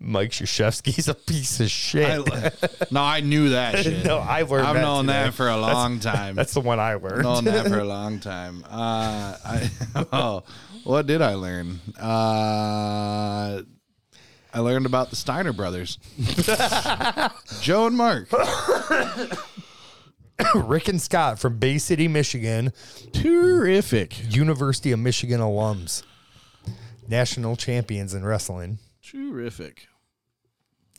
Speaker 2: Mike Krzyzewski's a piece of shit.
Speaker 4: I le- no, I knew that shit.
Speaker 2: no, I learned.
Speaker 4: I've
Speaker 2: that
Speaker 4: known
Speaker 2: today.
Speaker 4: that for a long time.
Speaker 2: That's the one I learned.
Speaker 4: known that for a long time. Uh, I, oh, what did I learn? Uh, I learned about the Steiner brothers, Joe and Mark.
Speaker 2: Rick and Scott from Bay City, Michigan,
Speaker 1: Terrific.
Speaker 2: University of Michigan alums, national champions in wrestling.
Speaker 1: Terrific.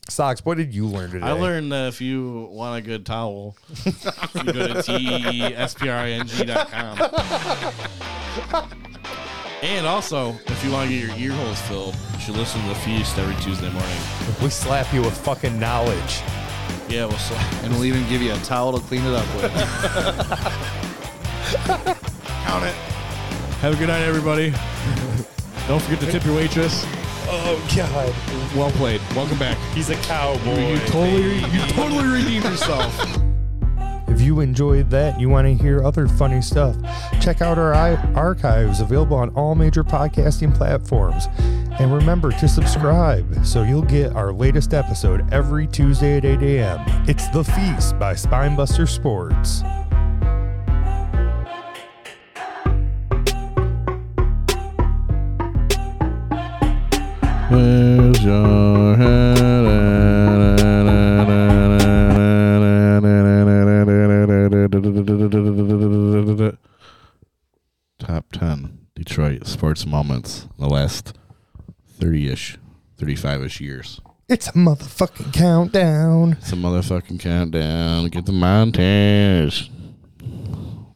Speaker 2: Socks. What did you learn today?
Speaker 1: I learned that if you want a good towel, you go to E tespring.com. And also, if you want to get your ear holes filled, you should listen to the feast every Tuesday morning.
Speaker 2: we slap you with fucking knowledge.
Speaker 1: Yeah, well, so
Speaker 4: And we'll even give you a towel to clean it up with.
Speaker 1: have a good night, everybody. Don't forget to tip your waitress.
Speaker 2: Oh God,
Speaker 1: Well played. Welcome back.
Speaker 2: he's a cowboy.
Speaker 1: You totally, you totally redeemed yourself.
Speaker 2: If you enjoyed that and you want to hear other funny stuff, check out our i- archives available on all major podcasting platforms. And remember to subscribe so you'll get our latest episode every Tuesday at 8 a.m. It's The Feast by Spinebuster Sports.
Speaker 1: Where's your head? Top 10 Detroit sports moments in the last 30 ish, 35 ish years.
Speaker 2: It's a motherfucking countdown.
Speaker 1: It's a motherfucking countdown. Get the montage.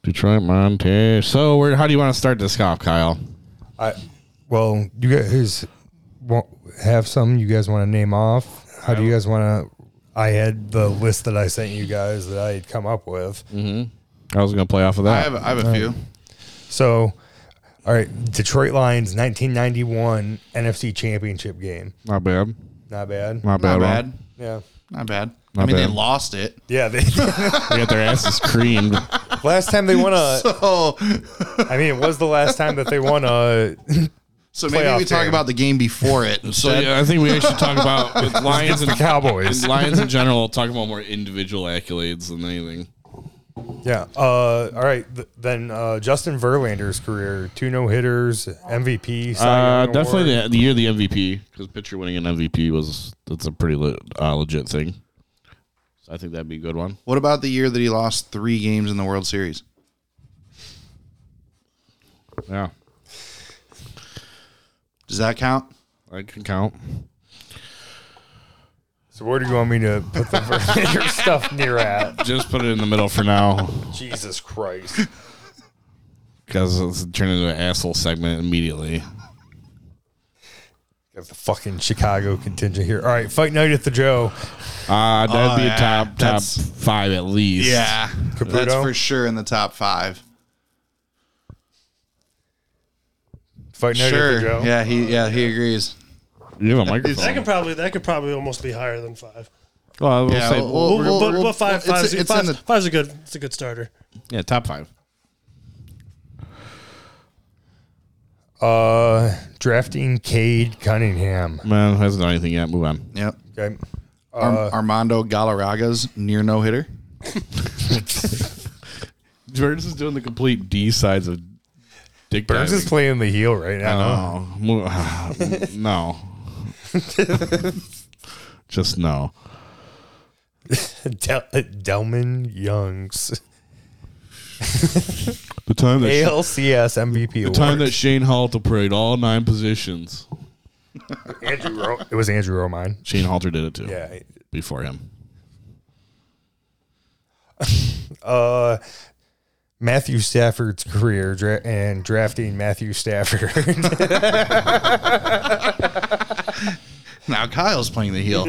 Speaker 1: Detroit montage. So, where, how do you want to start this off, Kyle?
Speaker 2: I, well, you guys want, have some you guys want to name off? How do you guys want to? I had the list that I sent you guys that I had come up with.
Speaker 1: Mm. I was going to play off of
Speaker 4: I
Speaker 1: that.
Speaker 4: have I have a few.
Speaker 2: So, all right, Detroit Lions 1991 NFC Championship game.
Speaker 1: not bad.
Speaker 2: Not bad.
Speaker 1: Not bad. Ron.
Speaker 4: Not bad.
Speaker 2: Yeah.
Speaker 4: Not bad. I
Speaker 1: Not
Speaker 4: mean,
Speaker 1: bad.
Speaker 4: they lost it.
Speaker 2: Yeah. They,
Speaker 1: They got their asses creamed.
Speaker 2: last time they won a,
Speaker 4: So,
Speaker 2: I mean, it was the last time that they won a.
Speaker 4: so maybe
Speaker 2: Playoff
Speaker 4: we talk
Speaker 2: game.
Speaker 4: about the game before it.
Speaker 1: So
Speaker 4: instead.
Speaker 1: yeah, I think we actually talk about with Lions and
Speaker 2: Cowboys.
Speaker 1: and Lions in general. Talk about more individual accolades than anything.
Speaker 2: Yeah. Uh, all right. Th- then uh, Justin Verlander's career: two no hitters, MVP. Cy
Speaker 1: Uh,
Speaker 2: Young Award.
Speaker 1: definitely the, the year of the MVP because pitcher winning an MVP was that's a pretty le- uh, legit thing. So I think that'd be a good one.
Speaker 4: What about the year that he lost three games in the World Series?
Speaker 1: Yeah,
Speaker 4: Does that count?
Speaker 1: I can count.
Speaker 2: So where do you want me to put the Verlander stuff near at?
Speaker 1: Just put it in the middle for now
Speaker 2: Jesus Christ.
Speaker 1: because it's turned into an asshole segment immediately.
Speaker 2: Got the fucking Chicago contingent here. All right, fight night at the Joe.
Speaker 1: Uh, that'd be a top top
Speaker 4: that's-
Speaker 1: five at least.
Speaker 4: That's
Speaker 2: Caputo?
Speaker 4: for sure in the top five.
Speaker 2: Fight night at the
Speaker 4: sure.
Speaker 2: Joe.
Speaker 4: Yeah, he yeah, he agrees.
Speaker 1: you have a
Speaker 7: That could
Speaker 1: microphone.
Speaker 7: probably that could probably almost be higher than five.
Speaker 1: Well, I will
Speaker 4: Yeah,
Speaker 1: say-
Speaker 4: we'll- we'll-
Speaker 7: But-
Speaker 4: we'll-
Speaker 7: but,
Speaker 4: we'll-
Speaker 7: but five,
Speaker 4: it's-
Speaker 7: five's,
Speaker 4: it's in
Speaker 7: five's,
Speaker 4: the-
Speaker 7: five's a good it's a good starter.
Speaker 1: yeah, top five.
Speaker 2: Uh, drafting Cade Cunningham.
Speaker 1: Man, hasn't done anything yet. Move on.
Speaker 4: Yep.
Speaker 2: Okay.
Speaker 4: Ar- Armando Galarraga's near no hitter.
Speaker 1: Burns is doing the complete D sides of Dick
Speaker 2: Burns is playing the heel right now.
Speaker 1: No, Oh, Mo- no, just no.
Speaker 2: Del- Delman Young's
Speaker 1: The time that
Speaker 4: oh,
Speaker 2: ALCS MVP
Speaker 1: the time
Speaker 2: award.
Speaker 1: that Shane Halter played all nine positions.
Speaker 2: Andrew Ro- it was Andrew Romine.
Speaker 1: Shane Halter did it too.
Speaker 2: Yeah.
Speaker 1: before him.
Speaker 2: uh, Matthew Stafford's career dra- and drafting Matthew Stafford.
Speaker 4: Now Kyle's playing the heel.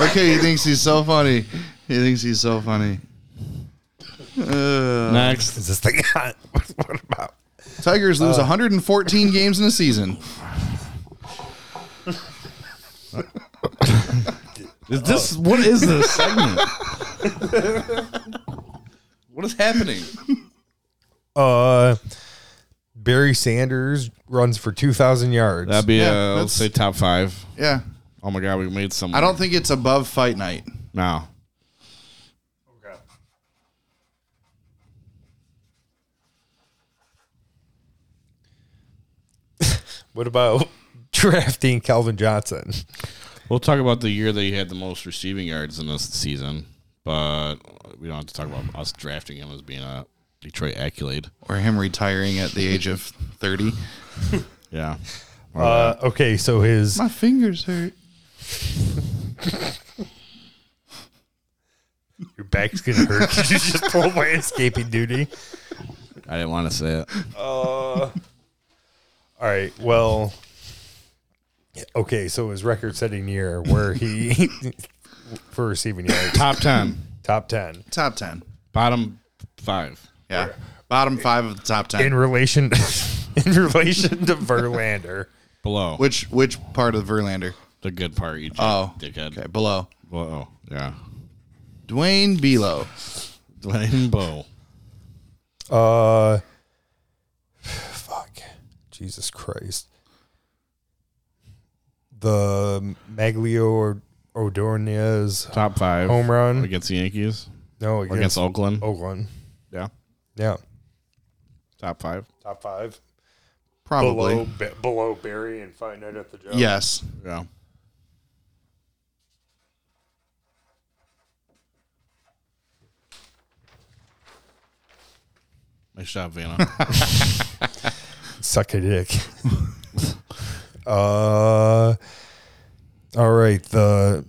Speaker 4: okay, he thinks he's so funny. He thinks he's so funny. Uh,
Speaker 1: Next,
Speaker 2: Is this thing on? what about?
Speaker 4: Tigers lose 114 games in a season.
Speaker 1: is this what is this segment?
Speaker 4: What is happening?
Speaker 2: Uh, Barry Sanders runs for 2,000 yards.
Speaker 1: That'd be
Speaker 4: Yeah,
Speaker 1: uh, let's
Speaker 4: that's-
Speaker 1: say top five.
Speaker 4: Yeah,
Speaker 1: Oh my god, we made some.
Speaker 4: I don't think it's above fight night.
Speaker 1: now.
Speaker 2: what about drafting Calvin Johnson?
Speaker 1: We'll talk about the year that he had the most receiving yards in this season, but we don't have to talk about us drafting him as being a Detroit accolade.
Speaker 4: Or him retiring at the age of 30.
Speaker 1: Yeah.
Speaker 2: Uh, okay, so his
Speaker 4: My fingers hurt.
Speaker 2: your back's gonna hurt. you just pulled landscaping duty.
Speaker 1: I didn't want to say it.
Speaker 2: All right. Well, okay. So his record-setting year, where he for receiving yards,
Speaker 1: Top 10,
Speaker 2: top ten
Speaker 4: Top 10.
Speaker 1: bottom five.
Speaker 4: Yeah. Bottom five of the top 10.
Speaker 2: in relation in relation to Verlander.
Speaker 1: Below.
Speaker 4: which which part of Verlander?
Speaker 1: the good part, you
Speaker 4: Oh,
Speaker 1: dickhead.
Speaker 4: Okay, below.
Speaker 1: Whoa. Yeah.
Speaker 4: Dwayne Belo.
Speaker 1: Dwayne Bow.
Speaker 2: Uh, fuck, Jesus Christ. The Maglio Ordonez
Speaker 1: Top five.
Speaker 2: home run.
Speaker 1: Against the Yankees.
Speaker 2: No,
Speaker 1: Or against
Speaker 2: against
Speaker 1: Oakland.
Speaker 2: Oakland.
Speaker 1: Yeah.
Speaker 2: Yeah,
Speaker 1: Top five.
Speaker 2: top five.
Speaker 4: Probably.
Speaker 2: Below, be, below Barry and Fight Night at the Joe.
Speaker 4: Yes.
Speaker 1: Yeah. Nice job, Uh, Vanna.
Speaker 2: Suck a dick. uh, all right. The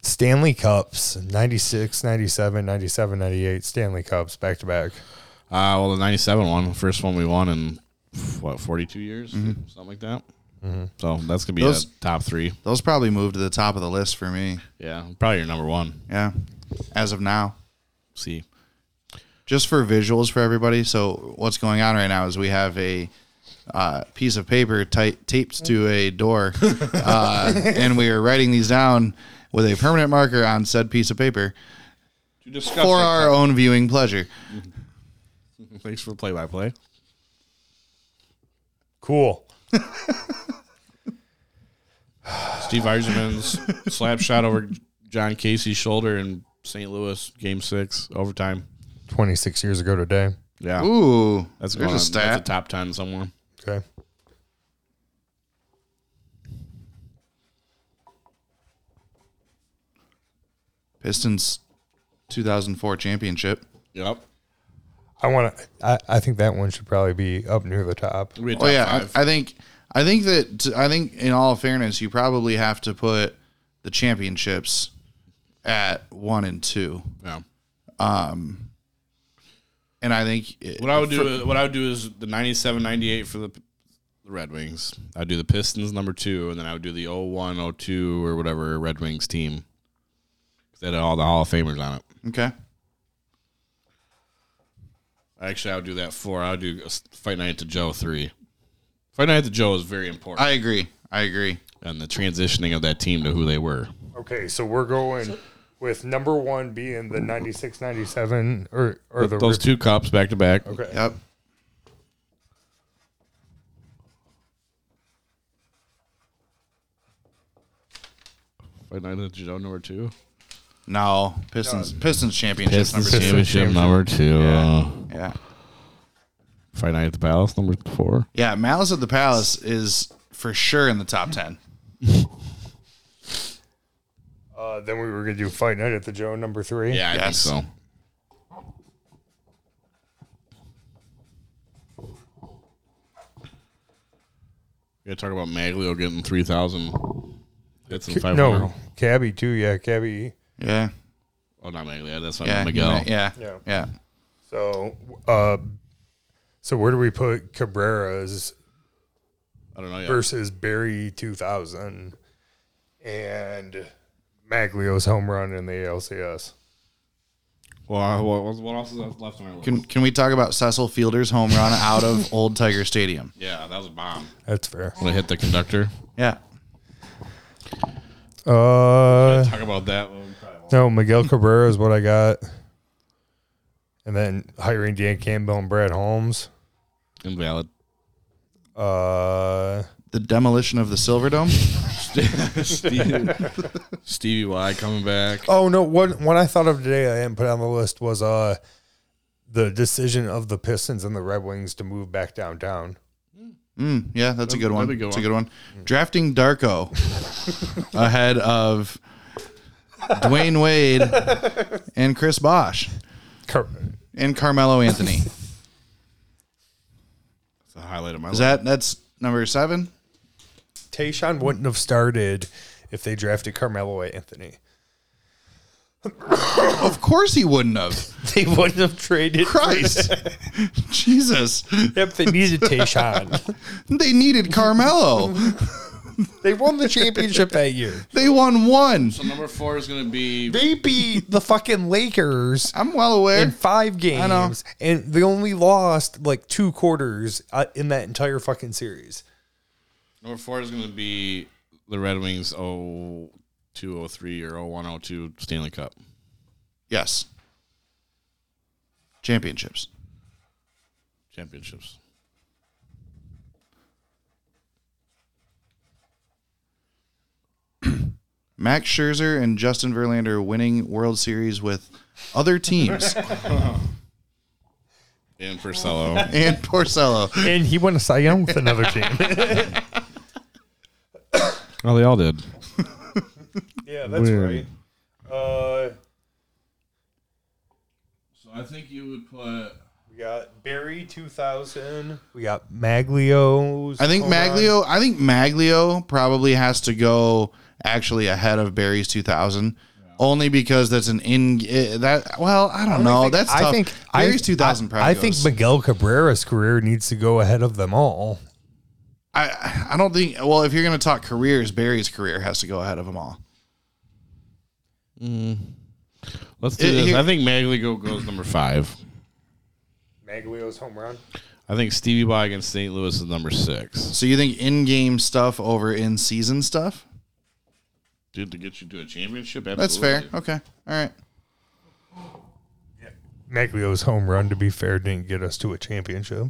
Speaker 2: Stanley Cups 96, 97, 97, 98. Stanley Cups back to back.
Speaker 1: Uh, well, the 97 one, first one we won in, what, 42 years? Something like that. So that's going to be
Speaker 4: Mm-hmm. Those-
Speaker 1: a top three.
Speaker 4: Those probably moved to the top of the list for me.
Speaker 1: Yeah, probably your number one.
Speaker 4: Yeah. As of now.
Speaker 1: See,
Speaker 4: just for visuals for everybody. So what's going on right now is we have a uh, piece of paper ti- taped to a door, uh, and we are writing these down with a permanent marker on said piece of paper
Speaker 1: to discuss
Speaker 4: for our own viewing pleasure.
Speaker 1: thanks for play by play.
Speaker 2: Cool.
Speaker 1: Steve Eiserman's slap shot over John Casey's shoulder in St. Louis, game six, overtime.
Speaker 2: 26 years ago today.
Speaker 1: Yeah.
Speaker 4: Ooh,
Speaker 1: That's
Speaker 4: there's
Speaker 1: going
Speaker 4: a
Speaker 1: on- That's a
Speaker 4: stat.
Speaker 1: top 10 somewhere.
Speaker 2: Okay.
Speaker 4: Pistons 2004 championship.
Speaker 1: Yep.
Speaker 2: I want to, I, I think that one should probably be up near the top.
Speaker 1: It'll be a top
Speaker 4: Oh yeah,
Speaker 1: five.
Speaker 4: I, I think I think that t- I think in all fairness, you probably have to put the championships at one and two.
Speaker 1: yeah.
Speaker 4: And I think it-
Speaker 1: What I would do, uh, what I would do is the 97, 98 for the, the Red Wings. I'd do the Pistons number two, and then I would do the 01, 02 or whatever Red Wings team. They had all the Hall of Famers on it.
Speaker 4: Okay.
Speaker 1: Actually, I would do that four. I would do a s- Fight Night to Joe three. Fight Night to Joe is very important,
Speaker 4: I agree. I agree.
Speaker 1: and the transitioning of that team to who they were.
Speaker 2: Okay. So we're going with number one being the 96, 97 or, or the
Speaker 1: Those two cups back to back.
Speaker 2: Okay.
Speaker 4: Yep.
Speaker 1: Fight Night to Joe number two.
Speaker 4: No. Pistons Pistons championship number two.
Speaker 1: championship number two.
Speaker 4: Yeah.
Speaker 1: Fight Night at the Palace number four.
Speaker 4: Yeah, Malice at the Palace is for sure in the top ten.
Speaker 2: Uh, then we were going to do Fight Night at the Joe number three.
Speaker 1: Yeah, I
Speaker 4: Yes.
Speaker 1: think so. We gotta talk about Maglio getting three thousand hits in
Speaker 2: Ca-
Speaker 1: five hundred.
Speaker 2: No, Cabby too. Yeah, Cabby. E.
Speaker 4: Yeah.
Speaker 1: Oh, not Maglio. That's not
Speaker 4: Yeah.
Speaker 1: Miguel.
Speaker 4: you're right. Yeah.
Speaker 2: Yeah.
Speaker 4: Yeah.
Speaker 2: So, uh, so where do we put Cabrera's
Speaker 1: I don't know. Yet.
Speaker 2: versus Barry 2000 and Maglio's home run in the ALCS?
Speaker 1: Well, I- what, what- what else is left on our list?
Speaker 4: Can can we talk about Cecil Fielder's home run out of old Tiger Stadium?
Speaker 1: yeah, that was a bomb.
Speaker 2: That's fair.
Speaker 1: When it hit the conductor.
Speaker 4: Yeah.
Speaker 2: Uh,
Speaker 1: Talk about that. Well, we probably won't.
Speaker 2: no, Miguel Cabrera is what I got. And then hiring Dan Campbell and Brad Holmes.
Speaker 1: Invalid.
Speaker 2: Uh,
Speaker 4: The demolition of the Silver Dome?
Speaker 1: Stevie, Stevie Y coming back.
Speaker 2: oh no, what what I thought of today I didn't put on the list was uh the decision of the Pistons and the Red Wings to move back downtown.
Speaker 4: Mm, yeah, that's a good one.
Speaker 1: that'd be a good
Speaker 4: That's a good one. Drafting Darko ahead of Dwayne Wade and Chris Bosch
Speaker 2: Car-
Speaker 4: and Carmelo Anthony.
Speaker 1: It's the highlight of my
Speaker 4: Is
Speaker 1: life.
Speaker 4: that that's number seven?
Speaker 2: Tayshawn wouldn't have started if they drafted Carmelo Anthony.
Speaker 4: Of course he wouldn't have.
Speaker 2: They wouldn't have traded.
Speaker 4: Christ. Jesus.
Speaker 2: Yep, they needed Tayshawn.
Speaker 4: They needed Carmelo.
Speaker 2: they won the championship that year.
Speaker 4: They won one.
Speaker 1: So number four is gonna be
Speaker 2: They beat the fucking Lakers
Speaker 4: I'm well aware.
Speaker 2: in five games,
Speaker 4: know.
Speaker 2: and they only lost like two quarters uh, in that entire fucking series.
Speaker 1: Number four is going to be the Red Wings 0203 or 0102 Stanley Cup.
Speaker 4: Yes. Championships.
Speaker 1: Championships.
Speaker 4: Max Scherzer and Justin Verlander winning World Series with other teams
Speaker 1: And Purcello.
Speaker 4: and Porcello.
Speaker 2: And he won a Cy Young with another team.
Speaker 1: oh, they all did.
Speaker 2: yeah, that's
Speaker 1: Weird.
Speaker 2: right. Uh,
Speaker 1: So I think you would put.
Speaker 2: we We got Barry 2000. We got Maglio's.
Speaker 4: I think
Speaker 2: Hold on.
Speaker 4: Maglio. I think Maglio probably has to go actually ahead of Barry's 2000, only because that's an in eh, that. Well, I don't, know.
Speaker 2: think-
Speaker 4: Oh, that's tough. Barry's
Speaker 2: I-
Speaker 4: 2000 probably.
Speaker 2: I think
Speaker 4: goes.
Speaker 2: Miguel Cabrera's career needs to go ahead of them all.
Speaker 4: I I don't think. Well, if you're going to talk careers, Barry's career has to go ahead of them all.
Speaker 1: Let's do
Speaker 4: Uh,
Speaker 1: this.
Speaker 4: here-
Speaker 1: I think Magligo goes number five.
Speaker 2: Maglio's home run.
Speaker 1: I think Stevie Boy against St. Louis is number six.
Speaker 4: So you think in-game stuff over in-season stuff?
Speaker 1: Dude, to get you to a championship,
Speaker 4: That's fair. Okay. All right.
Speaker 2: Maglio's home run, to be fair, didn't get us to a championship.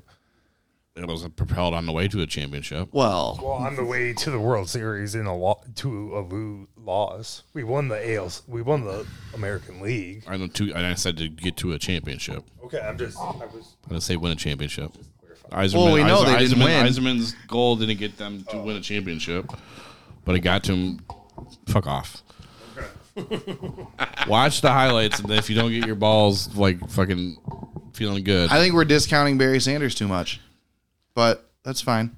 Speaker 1: It was propelled on the way to a championship.
Speaker 4: Well,
Speaker 2: Well, on the way to the World Series in a lo- to a lo- loss, we won the ALs. We won the American League.
Speaker 1: I don't. Two, and I said to get to a championship.
Speaker 2: Okay, I'm just. I was.
Speaker 1: I didn't say win a championship. Eiserman,
Speaker 4: Well, we know they didn't
Speaker 1: Eiserman's goal didn't get them to win a championship, but it got to him. Fuck off. Watch the highlights, and if you don't get your balls like fucking feeling good,
Speaker 4: I think we're discounting Barry Sanders too much, but that's fine.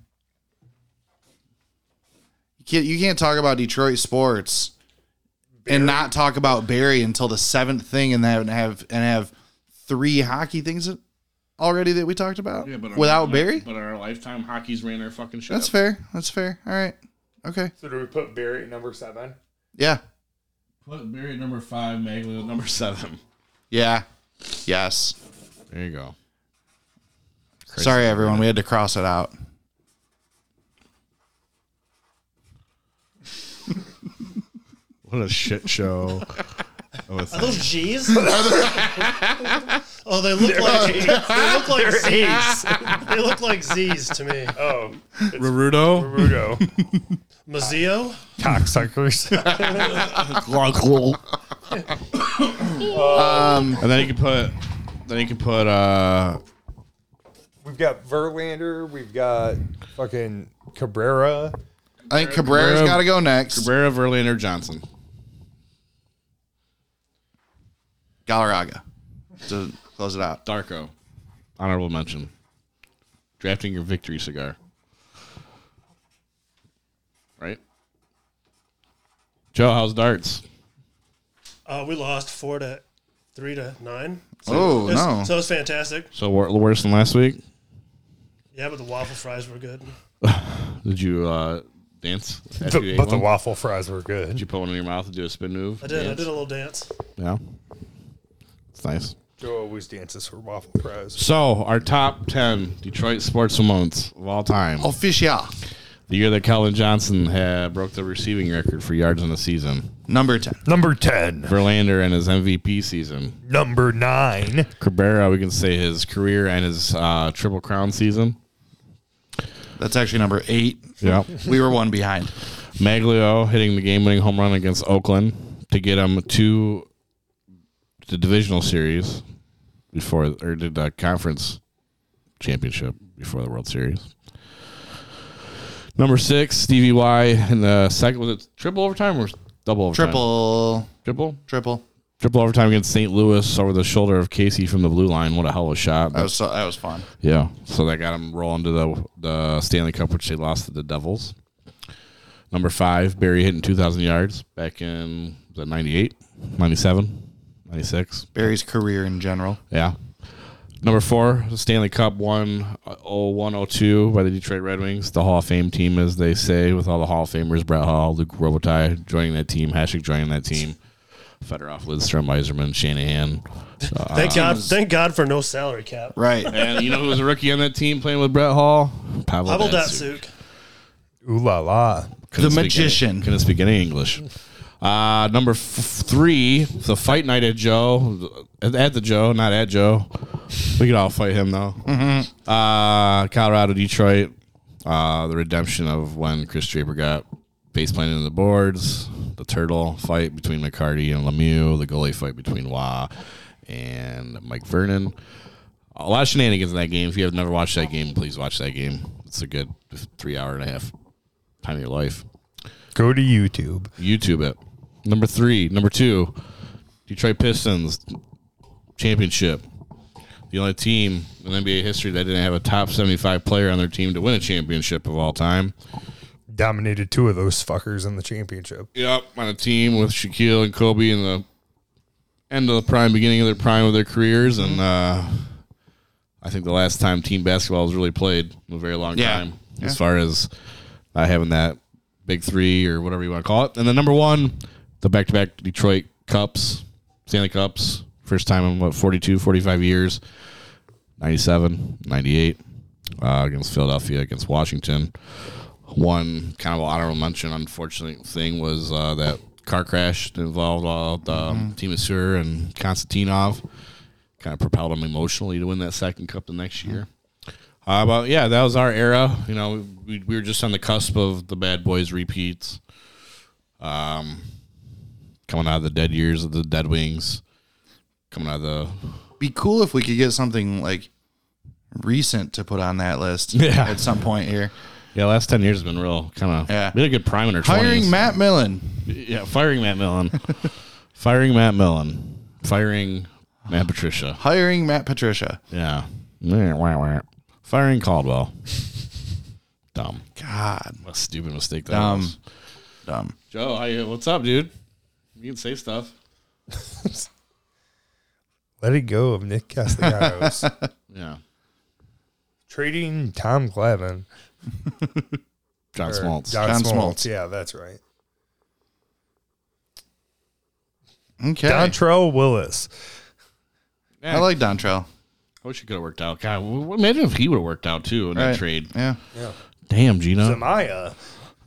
Speaker 4: You can't, you can't talk about Detroit sports and not talk about Barry until the seventh thing, and have and have and have three hockey things that- already that we talked about without Barry.
Speaker 1: but our lifetime hockey's ran our fucking shit.
Speaker 4: That's fair. That's fair. All right. Okay.
Speaker 2: So do we put Barry at number seven?
Speaker 4: Yeah.
Speaker 1: Put Barry at number five, Maglio at number seven.
Speaker 4: Yeah. Yes.
Speaker 1: There you go.
Speaker 4: Sorry, everyone. We had to cross it out.
Speaker 1: What a shit show.
Speaker 7: Are those G's? oh, they look like they look like Z's. they look like Z's to me.
Speaker 2: Oh,
Speaker 1: Rudo.
Speaker 2: Rudo.
Speaker 7: Mazio?
Speaker 2: Cocksuckers.
Speaker 4: Um,
Speaker 1: And then you can put, then you can put, uh,
Speaker 2: We've got Verlander. We've got fucking Cabrera.
Speaker 4: I think Cabrera's
Speaker 1: Cabrera-
Speaker 4: got to go next.
Speaker 1: Cabrera, Verlander, Johnson.
Speaker 4: Galarraga to close it out.
Speaker 1: Darko. Honorable mention. Drafting your victory cigar. Right? Joe, how's darts?
Speaker 7: Uh, we lost four to three to nine.
Speaker 4: Oh
Speaker 7: It's-
Speaker 4: no!
Speaker 7: So it's fantastic.
Speaker 1: So wor- worse than last week?
Speaker 7: Yeah, but the waffle fries were good.
Speaker 1: Did you uh, dance? after you
Speaker 2: But,
Speaker 1: ate
Speaker 2: the
Speaker 4: Mm-hmm.
Speaker 1: one?
Speaker 2: waffle fries were
Speaker 1: Did
Speaker 2: good.
Speaker 1: you put one in your mouth and do a spin move?
Speaker 7: I did. I did a little dance.
Speaker 1: Yeah. It's nice.
Speaker 2: Joe always dances for waffle fries.
Speaker 1: So, our top 10 Detroit sports moments of all time.
Speaker 2: Oh.
Speaker 4: Official
Speaker 1: The year that Colin Johnson had broke the receiving record for yards in a season.
Speaker 4: number ten.
Speaker 2: Number 10.
Speaker 1: Verlander in his MVP season.
Speaker 2: Number 9.
Speaker 1: Cabrera, we can say his career and his uh, triple crown season.
Speaker 4: That's actually number eight.
Speaker 1: Yeah,
Speaker 4: We were one behind.
Speaker 1: Maglio hitting the game-winning home run against Oakland to get him to the divisional series before, or did the conference championship before the World Series. Number six, Stevie Y in the second was it triple overtime or double overtime?
Speaker 4: Triple,
Speaker 1: triple,
Speaker 4: triple.
Speaker 1: triple overtime against St. Louis over the shoulder of Casey from the blue line. What a hell of a shot!
Speaker 4: That was so, that was fun.
Speaker 1: Yeah, so that got them rolling to the the Stanley Cup, which they lost to the Devils. Number five, Barry hitting 2,000 yards back in, was that 98, 97, 96?
Speaker 4: Barry's career in general.
Speaker 1: Yeah. Number four, the Stanley Cup won uh, 0102 by the Detroit Red Wings, the Hall of Fame team, as they say, with all the Hall of Famers, Brett Hall, Luke Robitaille joining that team, Hashik joining that team, Fedorov, Lidstrom, Eiserman, Shanahan.
Speaker 7: Thank God. Thank God for no salary cap.
Speaker 4: Right.
Speaker 1: And you know who was a rookie on that team playing with Brett Hall? Pavel,
Speaker 7: Pavel
Speaker 1: Datsyuk.
Speaker 7: Datsuk.
Speaker 2: Ooh la la.
Speaker 1: Couldn't
Speaker 4: The
Speaker 1: speak any-
Speaker 4: magician.
Speaker 1: couldn't speak any English. Uh, number f- three, the fight night at Joe, at, at the Joe, not at Joe. We could all fight him though.
Speaker 4: Mm-hmm.
Speaker 1: Uh, Colorado, Detroit, uh, the redemption of when Chris Draper got face planted in the boards, the turtle fight between McCarty and Lemieux, the goalie fight between Wah and Mike Vernon. A lot of shenanigans in that game. If you have never watched that game, please watch that game. It's a good three hour and a half time of your life.
Speaker 2: Go to YouTube.
Speaker 1: YouTube it. Number three, number two, Detroit Pistons championship. the only team in NBA history that didn't have a top 75 player on their team to win a championship of all time.
Speaker 2: Dominated two of those fuckers in the championship.
Speaker 1: Yep, on a team with Shaquille and Kobe in the end of the prime, beginning of their prime of their careers, and uh,
Speaker 4: Mm-hmm.
Speaker 1: I think the last time team basketball was really played in a very long
Speaker 4: Yeah.
Speaker 1: time, as far as not having that big three or whatever you want to call it. And then number one, the back-to-back Detroit Cups, Stanley Cups, first time in what 42, 45 years, 97, 98 uh, against Philadelphia, against Washington one kind of honorable mention, unfortunate thing was uh, that car crash that involved all the
Speaker 4: Mm-hmm.
Speaker 1: um, Team Assur and Konstantinov. Kind of propelled him emotionally to win that second cup the next
Speaker 4: Mm-hmm.
Speaker 1: year. Uh, but yeah, that was our era. You know, we, we were just on the cusp of the bad boys repeats. Um, coming out of the dead years of the Dead Wings, coming out of the
Speaker 4: Be cool if we could get something like recent to put on that list
Speaker 1: Yeah.
Speaker 4: at some point here.
Speaker 1: yeah last ten years has been real kind of
Speaker 4: Yeah.
Speaker 1: we had a good prime in our
Speaker 4: Hiring
Speaker 1: 20s.
Speaker 4: Matt Millen.
Speaker 1: Yeah, firing Matt Millen. firing Matt Millen. Firing Matt Patricia.
Speaker 4: Hiring Matt Patricia.
Speaker 1: Yeah. Meh, wah, wah. Firing Caldwell. Dumb.
Speaker 4: God,
Speaker 1: What a stupid mistake that
Speaker 4: Dumb.
Speaker 1: was.
Speaker 4: dumb.
Speaker 1: Joe, how you, what's up, dude? You can say stuff.
Speaker 2: Let it go of Nick Castellanos.
Speaker 1: Yeah.
Speaker 2: Trading Tom Glavin.
Speaker 1: John
Speaker 2: or
Speaker 1: Smoltz.
Speaker 2: John,
Speaker 4: John
Speaker 2: Smoltz.
Speaker 4: Smoltz.
Speaker 2: Yeah, that's right.
Speaker 4: Okay.
Speaker 2: Dontrell Willis.
Speaker 1: Yeah,
Speaker 4: I like Dontrell.
Speaker 1: I wish it could have worked out. God, w- w- imagine if he would have worked out too in
Speaker 4: Right.
Speaker 1: that trade.
Speaker 4: Yeah.
Speaker 1: Damn, Gino.
Speaker 2: Zamaya.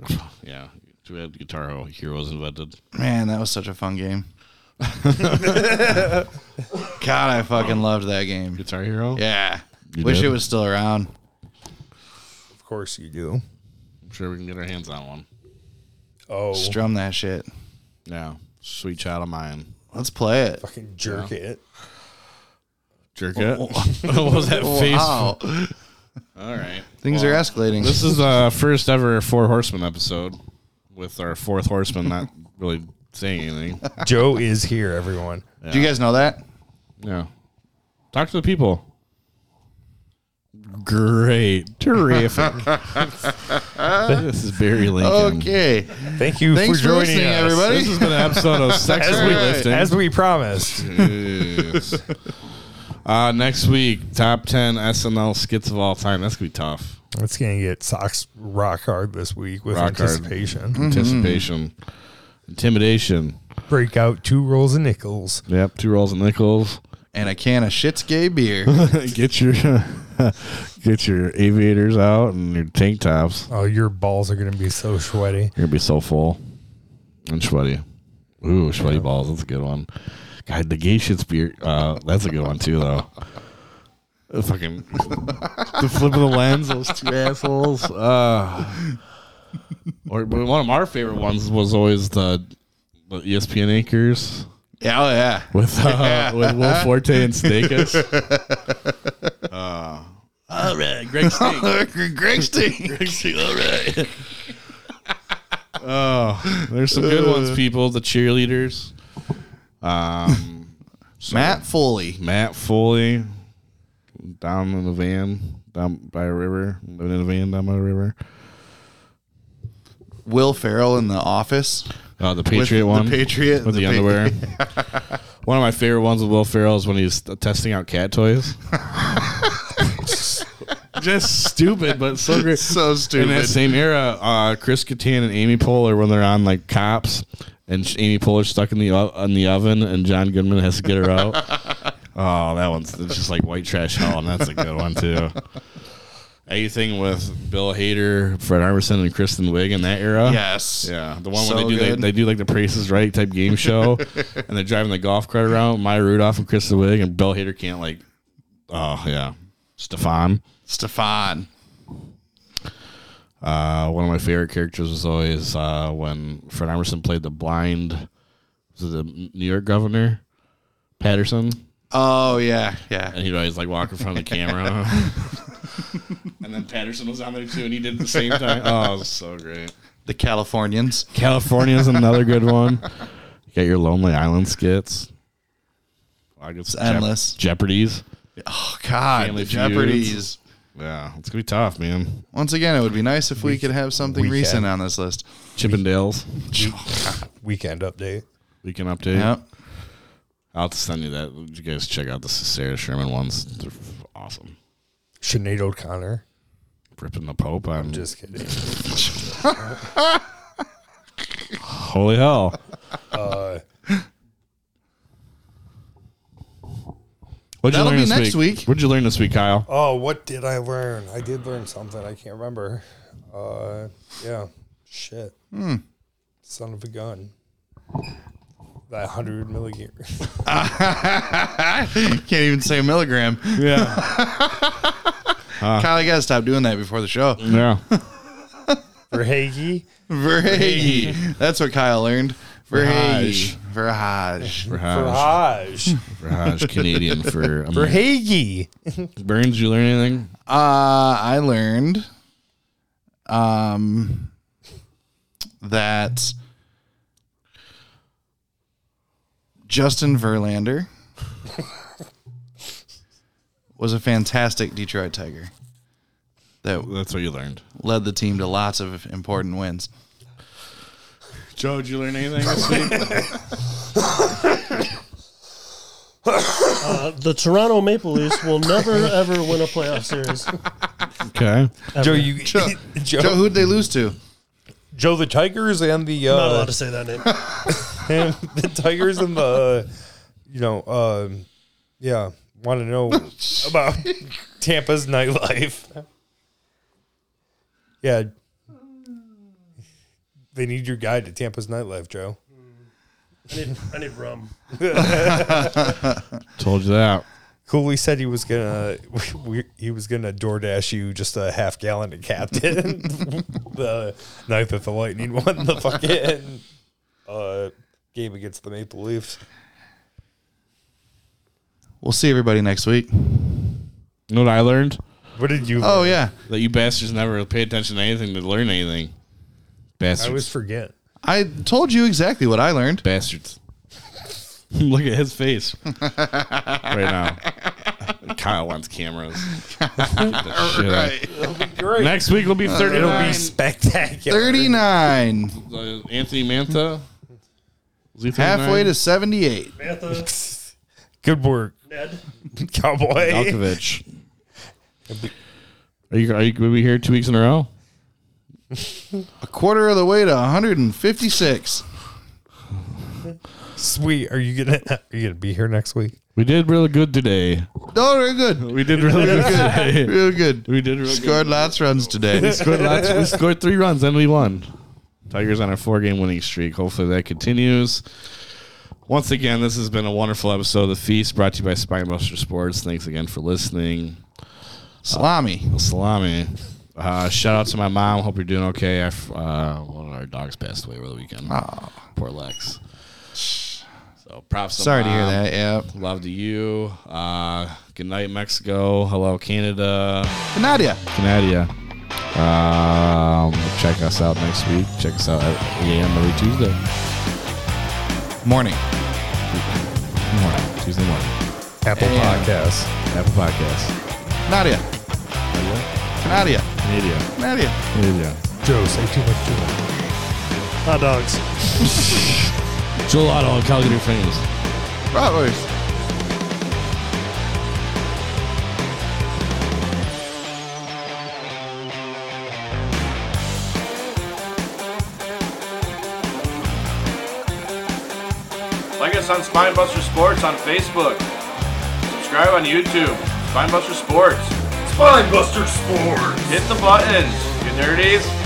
Speaker 1: yeah. Too bad Guitar Hero- Heroes invented.
Speaker 4: Man, that was such a fun game. God, I fucking loved that game.
Speaker 1: Guitar Hero?
Speaker 4: Yeah.
Speaker 1: You
Speaker 4: Wish
Speaker 1: did?
Speaker 4: it was still around.
Speaker 2: Of course you do.
Speaker 1: I'm sure we can get our hands on one.
Speaker 2: Oh,
Speaker 4: Strum that shit.
Speaker 1: Yeah. Sweet child of mine.
Speaker 4: Let's play it.
Speaker 2: fucking jerk it.
Speaker 1: Jerk it. what was that face?
Speaker 4: Wow.
Speaker 1: All right.
Speaker 4: Things are escalating.
Speaker 1: This is the first ever Four Horsemen episode with our fourth horseman not really saying anything.
Speaker 2: Joe is here, everyone.
Speaker 4: Do you guys know that?
Speaker 1: Yeah. Talk to the people. Great. Terrific. this is Barry Lincoln.
Speaker 4: Okay.
Speaker 2: Thank you
Speaker 4: Thanks
Speaker 2: for
Speaker 4: for
Speaker 2: joining
Speaker 4: listening,
Speaker 2: us.
Speaker 4: everybody.
Speaker 1: This has been an episode of Sex
Speaker 2: As
Speaker 1: and
Speaker 2: we,
Speaker 1: Weightlifting.
Speaker 2: as we promised.
Speaker 1: Jeez. uh, next week, top 10 SNL skits of all time. That's going to be tough.
Speaker 2: It's going to get socks rock hard this week with
Speaker 1: Rock hard.
Speaker 2: anticipation.
Speaker 1: Mm-hmm. Anticipation, intimidation.
Speaker 2: Break out two rolls of nickels.
Speaker 1: Yep. Two rolls of nickels.
Speaker 4: And a can of shit's gay beer.
Speaker 1: get your get your aviators out and your tank tops.
Speaker 2: Oh, your balls are going to be so sweaty.
Speaker 1: You're gonna be so full and sweaty. Ooh, sweaty balls. That's a good one. God, the gay shit's beer. Uh, that's a good one too, though. The fucking the flip of the lens. Those two assholes. Uh, or but one of our favorite ones was always the, the E ESPN anchors
Speaker 4: yeah, oh, yeah.
Speaker 1: with uh, with Will Forte and Stakus. Uh, all right, Greg Stink.
Speaker 4: Greg Steen.
Speaker 1: all right. oh, there's some good
Speaker 4: Uh.
Speaker 1: ones, people. The cheerleaders, Um,
Speaker 4: Matt Foley.
Speaker 1: Matt Foley, down in the van, down by a river, living in a van down by a river.
Speaker 4: Will Farrell in the office.
Speaker 1: Uh, the Patriot
Speaker 4: the
Speaker 1: one,
Speaker 4: Patriot,
Speaker 1: with the,
Speaker 4: the
Speaker 1: underwear. one of my favorite ones with Will Ferrell is when he's testing out cat toys. Just stupid, but so great.
Speaker 4: So
Speaker 1: In that
Speaker 4: stupid.
Speaker 1: same era, uh, Chris Kattan and Amy Poehler, when they're on like Cops, and sh- Amy Poehler's stuck in the o- in the oven, and John Goodman has to get her out. oh, that one's it's just like white trash hell, and that's a good one too. Anything with Bill Hader, Fred Armisen, and Kristen Wiig in that era.
Speaker 4: Yes.
Speaker 1: Yeah, the one
Speaker 4: So
Speaker 1: where they do they,
Speaker 4: good.
Speaker 1: they do like the prices right type game show, and they're driving the golf cart around. My Rudolph and Kristen Wiig and Bill Hader can't like. Oh yeah, Stefan.
Speaker 4: Stefan.
Speaker 1: Uh, one of my favorite characters was always uh, when Fred Armisen played the blind, was it the New York governor, Patterson,
Speaker 4: Oh, yeah. Yeah.
Speaker 1: and he'd always like walk in front of the camera. and then Patterson was on there too, and he did it at the same time. Oh, it was so great.
Speaker 4: The Californians.
Speaker 1: California's another good one. You got your Lonely Island skits. I guess
Speaker 4: endless.
Speaker 1: Jeopardies.
Speaker 4: Oh God,
Speaker 1: Family
Speaker 4: the Jeopardy's.
Speaker 1: Feuds. Yeah, it's gonna be tough, man.
Speaker 4: Once again, it would be nice if we could have something
Speaker 2: Weekend.
Speaker 4: recent on this list.
Speaker 1: Chippendales. Oh,
Speaker 2: Weekend update.
Speaker 1: We can update.
Speaker 4: Yep.
Speaker 1: I'll have to send you that. You guys check out the Sarah Sherman ones. They're f- awesome.
Speaker 2: Sinead O'Connor.
Speaker 1: Ripping the Pope. I'm
Speaker 2: Just kidding.
Speaker 1: holy hell.
Speaker 2: Uh,
Speaker 1: What'd you
Speaker 4: That'll
Speaker 1: learn
Speaker 4: be
Speaker 1: this
Speaker 4: next
Speaker 1: week? Uh,
Speaker 4: week.
Speaker 1: What'd you learn this week, Kyle?
Speaker 2: oh, what did I learn? I did learn something. I can't remember. Uh, yeah. Shit.
Speaker 1: Hmm.
Speaker 2: Son of a gun. That 100 milligram.
Speaker 4: Can't even say a milligram.
Speaker 1: Yeah.
Speaker 4: Kyle, you gotta stop doing that before the show.
Speaker 1: yeah.
Speaker 2: Verhage.
Speaker 4: Verhage. That's what Kyle learned. Verhage. Verhage.
Speaker 1: Raj.
Speaker 2: Verhage.
Speaker 1: Raj Canadian for I mean,
Speaker 2: Verhage.
Speaker 1: Burns. You learn anything?
Speaker 4: Uh, I learned um, that Justin Verlander was a fantastic Detroit Tiger that
Speaker 1: That's what you learned.
Speaker 4: led the team to lots of important wins.
Speaker 1: Joe, did you learn anything this week?
Speaker 7: Uh, the Toronto Maple Leafs will never ever win a playoff series.
Speaker 1: okay.
Speaker 2: Joe, you,
Speaker 4: Joe,
Speaker 2: Joe,
Speaker 4: Joe, who'd they lose to?
Speaker 2: Joe, the Tigers and the
Speaker 7: Not allowed
Speaker 2: uh,
Speaker 7: to say that name.
Speaker 2: and the Tigers and the uh, you know, um, yeah, want to know about Tampa's nightlife. Yeah, they need your guide to Tampa's nightlife, Joe.
Speaker 7: I need, I need rum.
Speaker 1: Told you that.
Speaker 2: Cooley said he was gonna we, he was gonna DoorDash you just a half gallon of Captain the night that the Lightning won the fucking uh, game against the Maple Leafs.
Speaker 4: We'll see everybody next week.
Speaker 1: You know what I learned?
Speaker 2: What did you?
Speaker 4: Oh yeah,
Speaker 1: That you bastards never pay attention to anything to learn anything. Bastards.
Speaker 2: I always forget.
Speaker 4: I told you exactly what I learned.
Speaker 1: Bastards. Look at his face right now. Kyle wants cameras. Get the shit out.
Speaker 2: Great.
Speaker 1: Next week will be 30.
Speaker 2: It'll be spectacular.
Speaker 4: Thirty-nine,
Speaker 1: Uh, Anthony Manta. Was he 39?
Speaker 4: halfway to seventy-eight.
Speaker 7: Mantha,
Speaker 2: Good work,
Speaker 7: Ned.
Speaker 2: cowboy.
Speaker 1: Malkovich. Are you, are you, will we here two weeks in a row?
Speaker 4: A quarter of the way to one hundred and fifty-six.
Speaker 2: Sweet. Are you gonna are you gonna be here next week?
Speaker 1: We did really good today.
Speaker 4: Oh, very good,
Speaker 1: We did really good today.
Speaker 4: real good.
Speaker 1: We did really
Speaker 4: Scored lots runs today.
Speaker 1: good. Scored lots- we scored three runs and we won. Tigers on a four game winning streak. Hopefully that continues. Once again, this has been a wonderful episode of The Feast brought to you by Spinebuster Sports. Thanks again for listening.
Speaker 4: Salami.
Speaker 1: Salami. Uh, shout out to my mom. Hope you're doing okay. I f uh, one of our dogs passed away over the weekend. Poor Lex. So props. to
Speaker 4: Sorry to hear
Speaker 1: Mom.
Speaker 4: that. Yeah,
Speaker 1: Love to you. Uh, good night, Mexico. Hello, Canada.
Speaker 4: Nadia.
Speaker 1: Canada. Um, check us out next week. Check us out at 8 a.m. every Tuesday.
Speaker 4: Morning.
Speaker 1: Morning. Tuesday morning.
Speaker 2: Apple
Speaker 4: Yeah.
Speaker 2: Podcasts.
Speaker 1: Apple Podcasts.
Speaker 4: Nadia. Nadia.
Speaker 1: Canada.
Speaker 4: Nadia.
Speaker 1: Canada.
Speaker 2: Joe, say too much. Too much.
Speaker 7: Hot dogs.
Speaker 1: Joel Otto and Calgary Flames.
Speaker 4: Bratwurst.
Speaker 8: Like us on Spinebuster Sports on Facebook. Subscribe on YouTube. Spinebuster Sports.
Speaker 6: Spinebuster Sports!
Speaker 8: Hit the buttons, you nerdies.